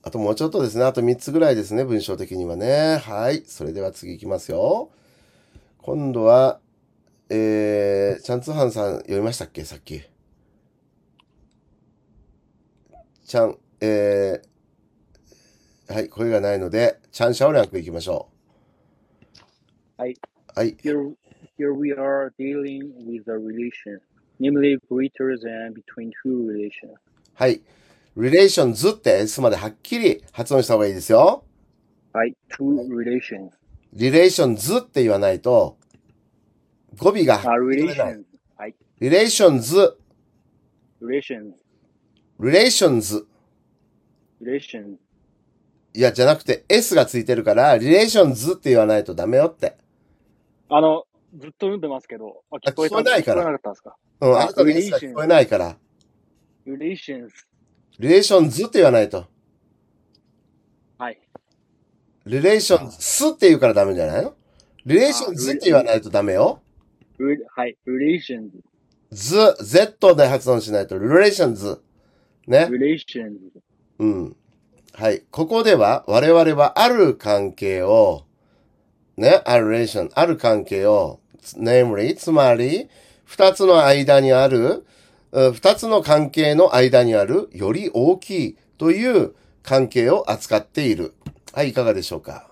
あともうちょっとですね。あと3つぐらいですね。文章的にはね。はい。それでは次いきますよ。今度は、えー、チャンツーハンさん読みましたっけさっき。チャン、えー、はい。声がないので、チャンシャオリャンク行きましょはい。う。はい。 Here, here we are dealing with a relation, namely greater than between two relations. はい。relations って S まではっきり発音した方がいいですよ。はい。two relations. relations って言わないと、語尾があ、取れない。 relations。はい。 relations, relations。 relations レーション。いや、じゃなくて S がついてるから、relations って言わないとダメよって。あの、ずっと読んでますけど、あ、あ、聞こ聞えこたえんで、ない聞かこえら。なかったんですかうん、あはい。なたの S が聞こえ relations。ないから、 relations。 relations って言わないと。はい。 relations あって言うからダメじゃないのあ、 ?relations っ re, て言わないとダメよ。 re, re- はい。relations。ず、Z で発音しないと、relations。ね。 relations。うん。はい。ここでは、我々はある関係を、ね、ある relation、ある関係を、つ namely、つまり、二つの間にある、うん二つの関係の間にある、より大きいという関係を扱っている。はい、いかがでしょうか。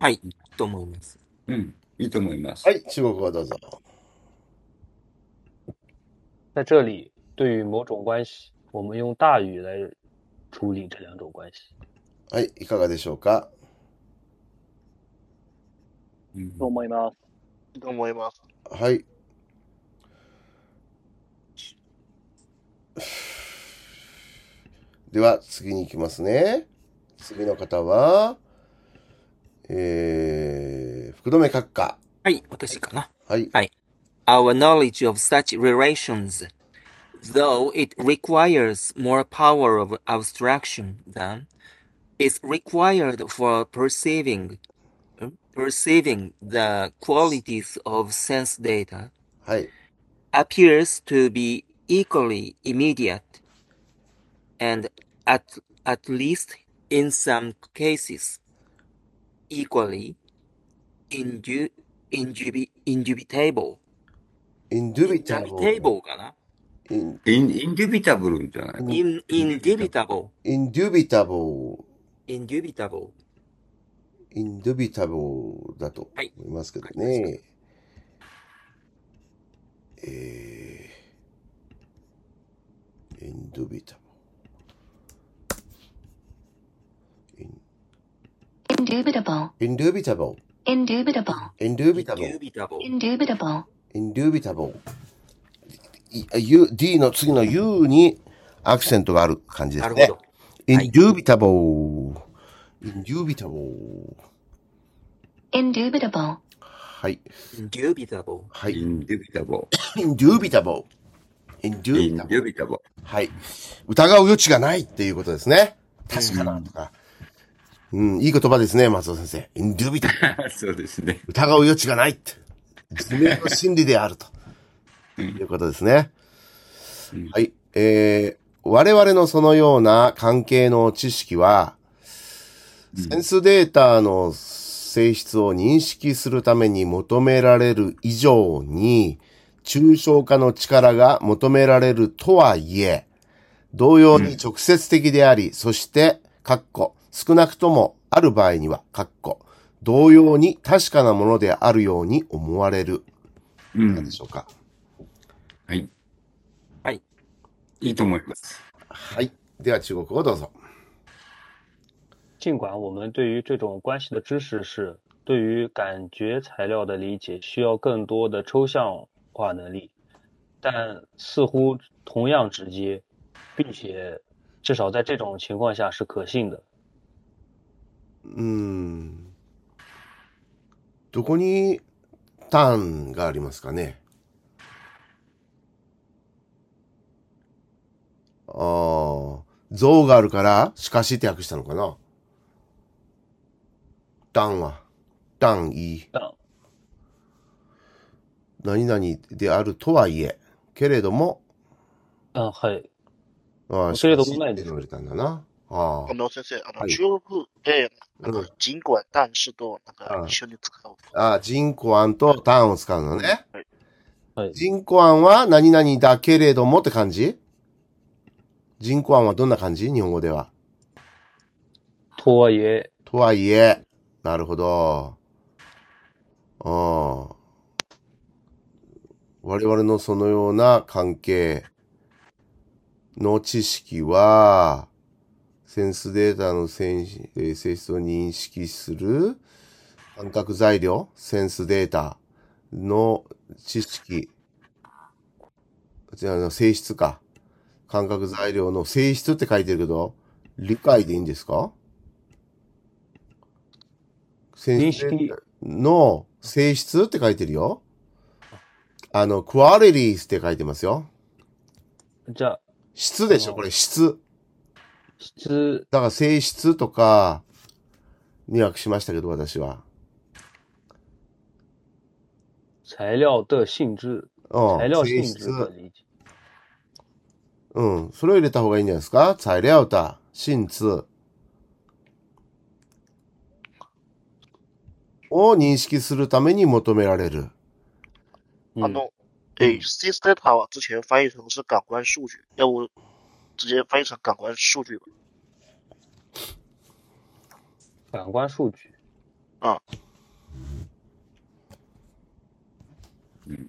はい、いいと思います。うん、いいと思いまはす。い、中国語どうぞ。在这里，对于某种关系，我们用大于来处理这两种关系。はい、いかがでしょうかと思います。と思います。はい。では、次に行きますね。次の方は、えー、福留閣下。はい。 Our knowledge of such relations, though it requires more power of abstraction than is required for perceiving perceiving the qualities of sense data, はい。 appears to be equally immediate and at at least in some cases equally indu indubi- indubitable. indubitable. indubitable かな in- In indubitable じゃないか。 in indubitable。 indubitable indubitable. indubitable indubitable だとはい思いますけどわかりましたね。えー、indubitable. in- Indubitable. indubitable. Indubitable. indubitable. indubitable Indubitable. indubitable.い U、D の次の U にアクセントがある感じでなするほね。どはい indubitable. indubitable. Indubitable. はい。 indubitable はい。 indubitable。 indubitable. indubitable. indubitable。はい。疑う余地がないっていうことですね。う確うかんだとん。か。うん、いい言葉ですね、松尾先生。indubitable。 そうですね。疑う余地がないって。自明の真理であるとういん。うことですね。うん。はい。えー、我々のそのような関係の知識は、うセンん。スデータの性質を認識するために求められる以上に、抽象化の力が求められるとはいえ、同様うにん。直接的であり、そして、かっこ、少なくともある場合には、かっこ、同様に確かなものであるように思われる。ういかがでん。しょうか。はい。はいいいいいとと思思いいま。ますすはい。では中国語どうぞ。尽管我们对于这种关系的知识是对于感觉材料的理解需要更多的抽象化能力，但似乎同样直接，并且至少在这种情况下是可信的。うーん。どこにターンがありますかね。ああ、像があるから、しかしって訳したのかな。ターンは、ターンいい。但何々であるとはいえ、けれども、嗯，はいああ、まあしけれかどしもっないてでいうのをす入ね。れたんだな。ああ、あの先生、あのはい。中国で、なんうかん。人口や単数となんかあ一緒に使うと。あ、人口案とターンを使うのね。はい、はい。人口案は何々だけれどもって感じ人口案はどんな感じ日本語では。とはいえ、とはいえ、なるほど。ああ、我々のそのような関係の知識は、センスデータの性質えー性質を認識する感覚材料、センスデータの知識、じゃああの性質か。感覚材料の性質って書いてるけど、理解でいいんですかセン認スデータ識、の性質って書いてるよ。あの、クアリティスって書いてますよ。じゃあ、質そでしょこの、れ質。質、だから性質とか、に訳しましたけど、私は。材料的性质，う材ん。料性性质質。的理解。うん。それを入れた方がいいんじゃないですか材料だ。真通を認識するために求められる。あ嗯，の、う诶ん。 ，C data 啊之前翻译成是感官数据，要不直接翻译成感官数据吧？感官数据，啊，うん。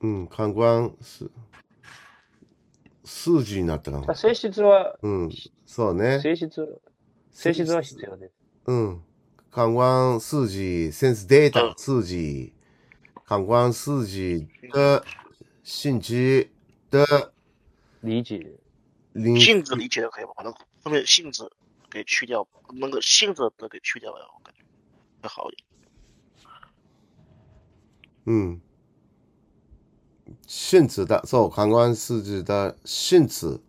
うん、感官、す、数字になったかあも。性質は、うん、そうね。性質、性質は必要です。うん。感官数字、センスデー嗯タ数字、感官数字的信息的理解，领性质理解的可以吧？把那个后面性质给去掉，那个性质都给去掉了，我感觉会好一点。嗯，性质的，そう、感官数字的性质。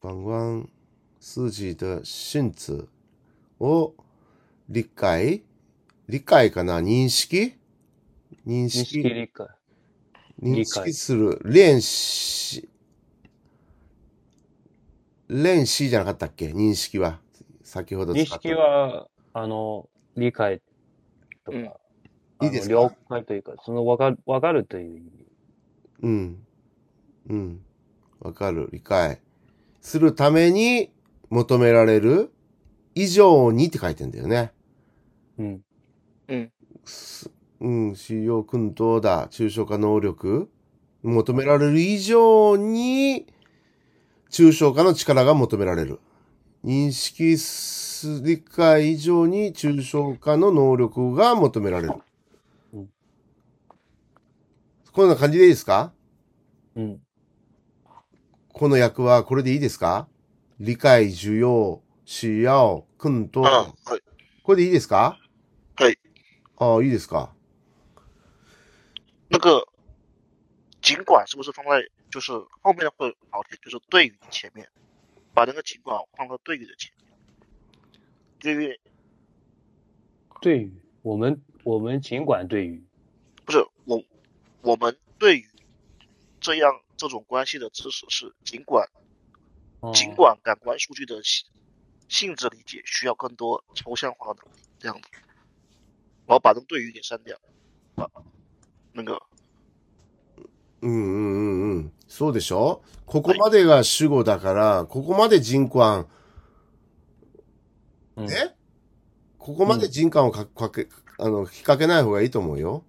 感官数字的性质を理解理解かな認識認認識識理解、認理解識する。練習、練習じゃなかったっけ認識は。先ほど認使っ識た。は、あの、理解と嗯か、いいあでの、すか了解というか、その、わかる、わかるという意味。うん。うん。わかる。理解。するために求められる以上にって書いてんだよね。うん。嗯すうん、使用君どうだ、抽象化能力、求められる以上に、抽象化の力が求められる。認識す、理解以上に抽象化の能力が求められる。うん。こんな感じでいいですかうん。この役はこれでいいですか理解、需要、需要、君どう啊，だ。可以これでいいですか可以。ああ、いいですか那个尽管是不是放在就是后面会好听，就是对于前面，把那个尽管放到对于的前面，对于对于，我们我们尽管对于，不是我我们对于这样这种关系的知识是尽管尽哦，管感官数据的性性质理解需要更多抽象化的能力这样子，然后把那个对于给删掉，把那个うんうんうんうん。そうでしょここ哎までが主語だから、ここまで人冠、うねん、ここうまでん、人感をかかけ、あの、引っ掛けない方がいいと思うよ。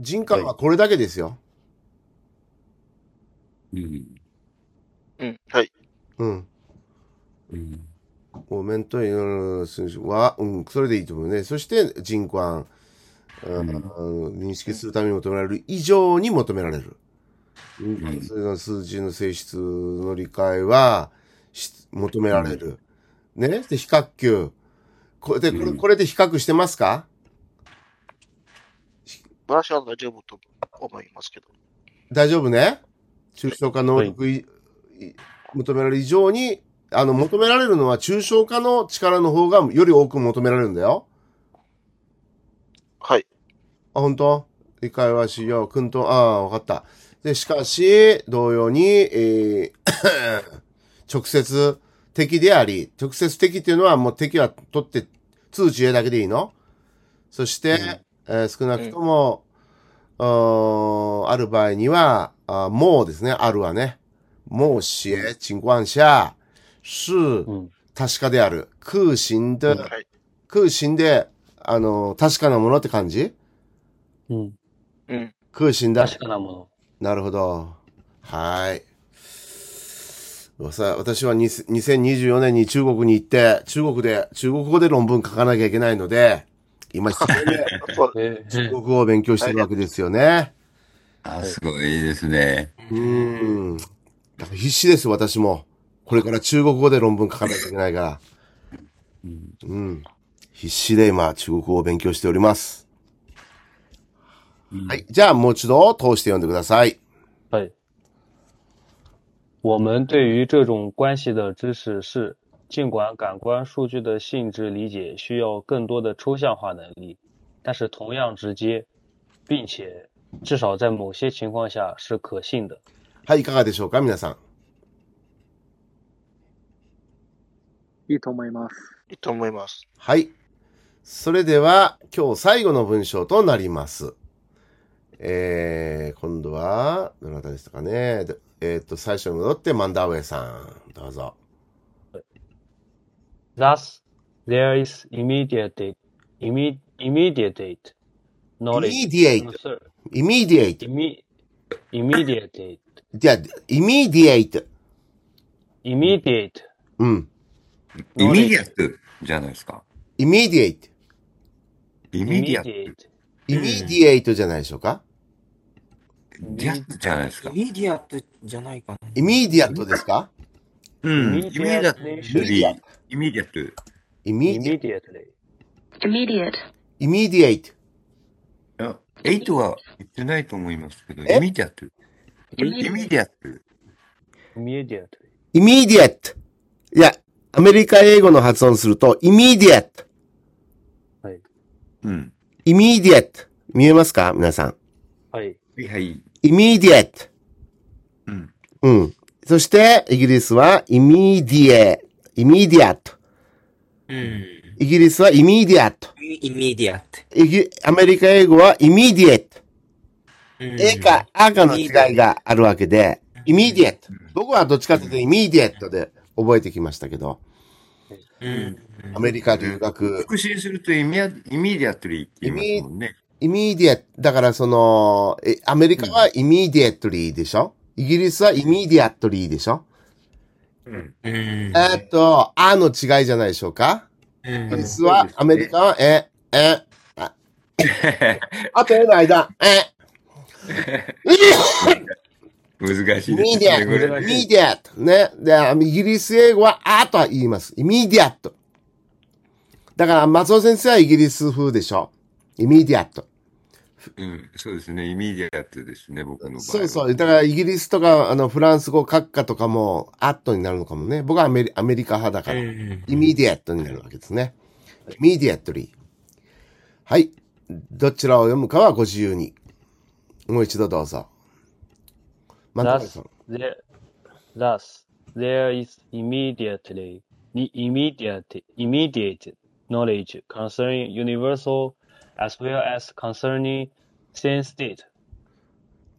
人感は、はいこれだけですよ。うん嗯可以うん。うんお面というのは、うん、それでいいと思うね。そして人感、うん、うん認識嗯するために求められる以上に求められる。うんうんうんそれの数字の性質の理解は、し求めうられんる。ねで、比較級。これで、うこれ、んこれで比較してますか不要笑的就不懂我们也 must 大丈夫ね抽象化能はい、力いい求められる以上に、あの、求められるのは抽象化の力の方がより多く求められるんだよ。はい。あ、本当理解はしよう。くんと、ああ、わかった。で、しかし、同様に、えー 直接的であり、直接的っていうのはもう的は取って、通知へだけでいいのそして、うん、えー少なく嗯とも、うーんある場合には、あもうですね、あるはね。もうしうえ、ん、情况下、是、うん、確かである。空心うで、ん、可以空心で、あの、確かなものって感じうん嗯空心だ。確かなもなるほど。はーい。わさ私はに2024年に中国に行って、中国で、中国語で論文書かなきゃいけないので、今必要でそうの。え中ー、国語を勉強して大る変わけですよね。あ、はすい、ごいですね。うーん。だから必死ですよ、私も。これから中国語で論文書かなきゃいけないから。うんうん。必死で今、中国語を勉強しております。うはんい。じゃあ、もう一度通して読んでください。はい。我们对于这种关系的知识是，尽管感官数据的性质理解需要更多的抽象化能力，但是同样直接，并且至少在某些情况下是可信的。はい、いかがでしょうか、皆さん。いいと思います。いいと思います。はい。それでは、今日最後の文章となります。えー、今度は、どなたでしたかね。でえーっと、最初に戻って、マンダウェイさん。どうぞ。 Thus, there is immediate, imme- immediate knowledge Mediate. transfer Immediate. imme- immediate じゃあ、immediate。 immediate うん。 knowledge イミディアットじゃないですか。 immediate。イミディアッ immediate うん immediate じゃないでしょうかト、ディアットじゃないですか。 immediate じゃないかな。 ?immediate ですかうん。イミディアッ immediately トよ ?immediate。り、イミディアッ immediate。ト。immediately immediate。immediate, あ、エイトは言ってないと思いますけど、イえミディアット。イミ immediate, ディアット。 immediately immediate。いや、アメリカ英語の発音すると、immediate。はいうん。 immediate。見えますか皆さん。はいはいはい。 immediate。うん。うん。そして、イギリスは immediate、immediate。うん。イギリスは immediate。 immediate。イギアメリカ英語は immediate。う A ん。か A かの違い immediate。があるわけで、immediate。うん。僕はどっちかう。というんと immediate で覚えてきましたけど、はいうん。ううんアんメリカ留で、学、復習するとイミア、イミディアットリーって言います imme- もんね。 immediate。だからその、えアメリうカん。は immediately でしょイギリスはうん。 immediately でしょうん。うえーっん。と、あの違いじゃないでしょうかうイギリん。スそうでは、すアメリね。カは、え、え、 ああと絵の間、え、難しいですミね、こデれ難しィア、いミディアット。ね。で、あのイギリス英語は、あとは言います。イミディアット。だから、松尾先生はイギリス風でしょ。イミディアット。うん、そうですね。イミディアットですね、僕の場そう合は。そう。だから、イギリスとか、あの、フランス語、閣下とかも、アットになるのかもね。僕はアメリアメリカ派だうから、イミん。ディアットには。ないるわけですね。はイいミディアットリー。はい。どちらを読むかはご自由に。もう一度どうぞ。マンタロウさ thus ん。 there Thus, there is immediately the immediate, immediate knowledge concerning universal as well as concerning sense state.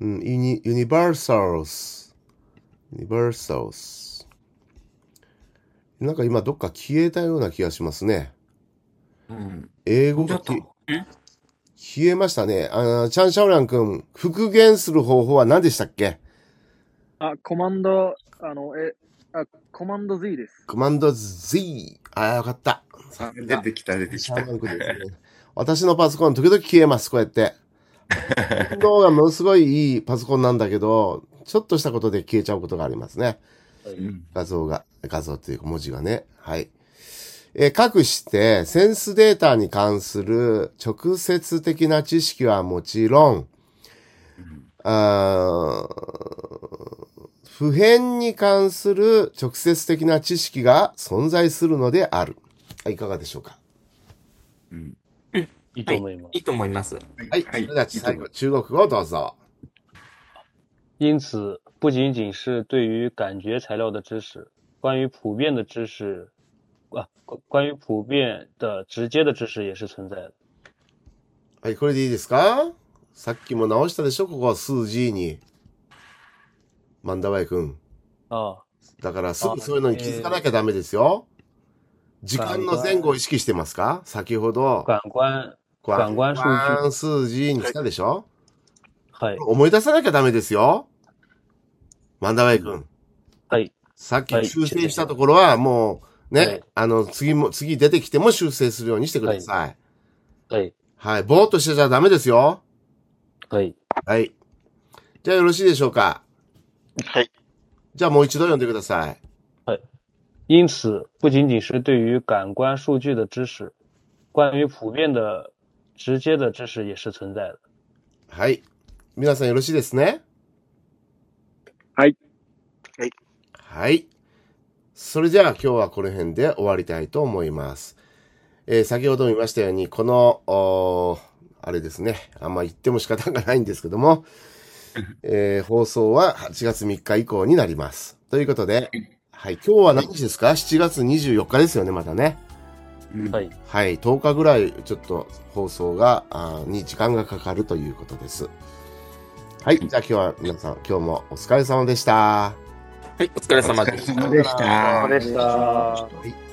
うん、ユニ、ユニバーサルス。ユニバーサルス。なんか今どっか消えたような気がしますね。うん。英飛語んじがゃったきのうん消えましたね。あの、チャン・シャオラン君、復元する方法は何でしたっけあ、コマンド、あの、え、あ、コマンド Z です。コマンド Z。ああ、よかった。さあ、す出が。てきた、出てきシャオた。ラン君ですね。私のパソコン時々消えます、こうやって。運動がものすごいいいパソコンなんだけど、ちょっとしたことで消えちゃうことがありますね。はいうん。画像が、画像っていうか文字がね。はい。えー、かくして、センスデータに関する直接的な知識はもちろん、うん。あー普遍に関する直接的な知識が存在するのである。はい、いかがでしょうかうん。うんいいはとい。思いまいいす。と思います。はい、はい、はそれい、ではいいと最思い後、ます。中国語をどうぞ。因此，不仅仅是对于感觉材料的知识，关于普遍的知识啊，关关于普遍的直接的知识也是存在的。はい、これでいいですかさっきも直したでしょここ数 G に。マンダワイ君。啊だからす啊，ぐそういうのに気づかな呃，きゃダメですよ。時感間の前後官を意識してますか先ほど、感官こう、感官数据，関数字には来い。たでしょはい、思い出さなきゃダメですよ。マンダワうイん。君。はい、さっきはい、修知正でししたた。ところはもうはね、い、あの、次も、次出てきても修正するようにしてくはだい、さい。はい、はい。ぼーっとしてちゃダメですよ。はい。はい。じゃあよろしいでしょうか。はい。じゃあもう一度読んでください。はい因此，不仅仅是对于感官数据的知识，关于普遍的直接的知识也是存在的。はい。皆さんよろしいですね。はい。はい。はい。それじゃあ今日はこの辺で終わりたいと思います。えー先ほども言いましたように、この、おーあれですね。あんま言っても仕方がないんですけども、えー放送は8月3日以降になります。ということで、はい、今日はは何い。日ですか ?7 月24日ですよね、まだね。うはん。い，はい、10日ぐらいちょっと放送が、あーに時間がかかるということです。はい、はい。じゃあ今日は皆さん、今日もお疲れ様でした。はい、お疲れお様疲でれし様た。さようでなしら。た。お疲れお疲でれし。様でしたた。はい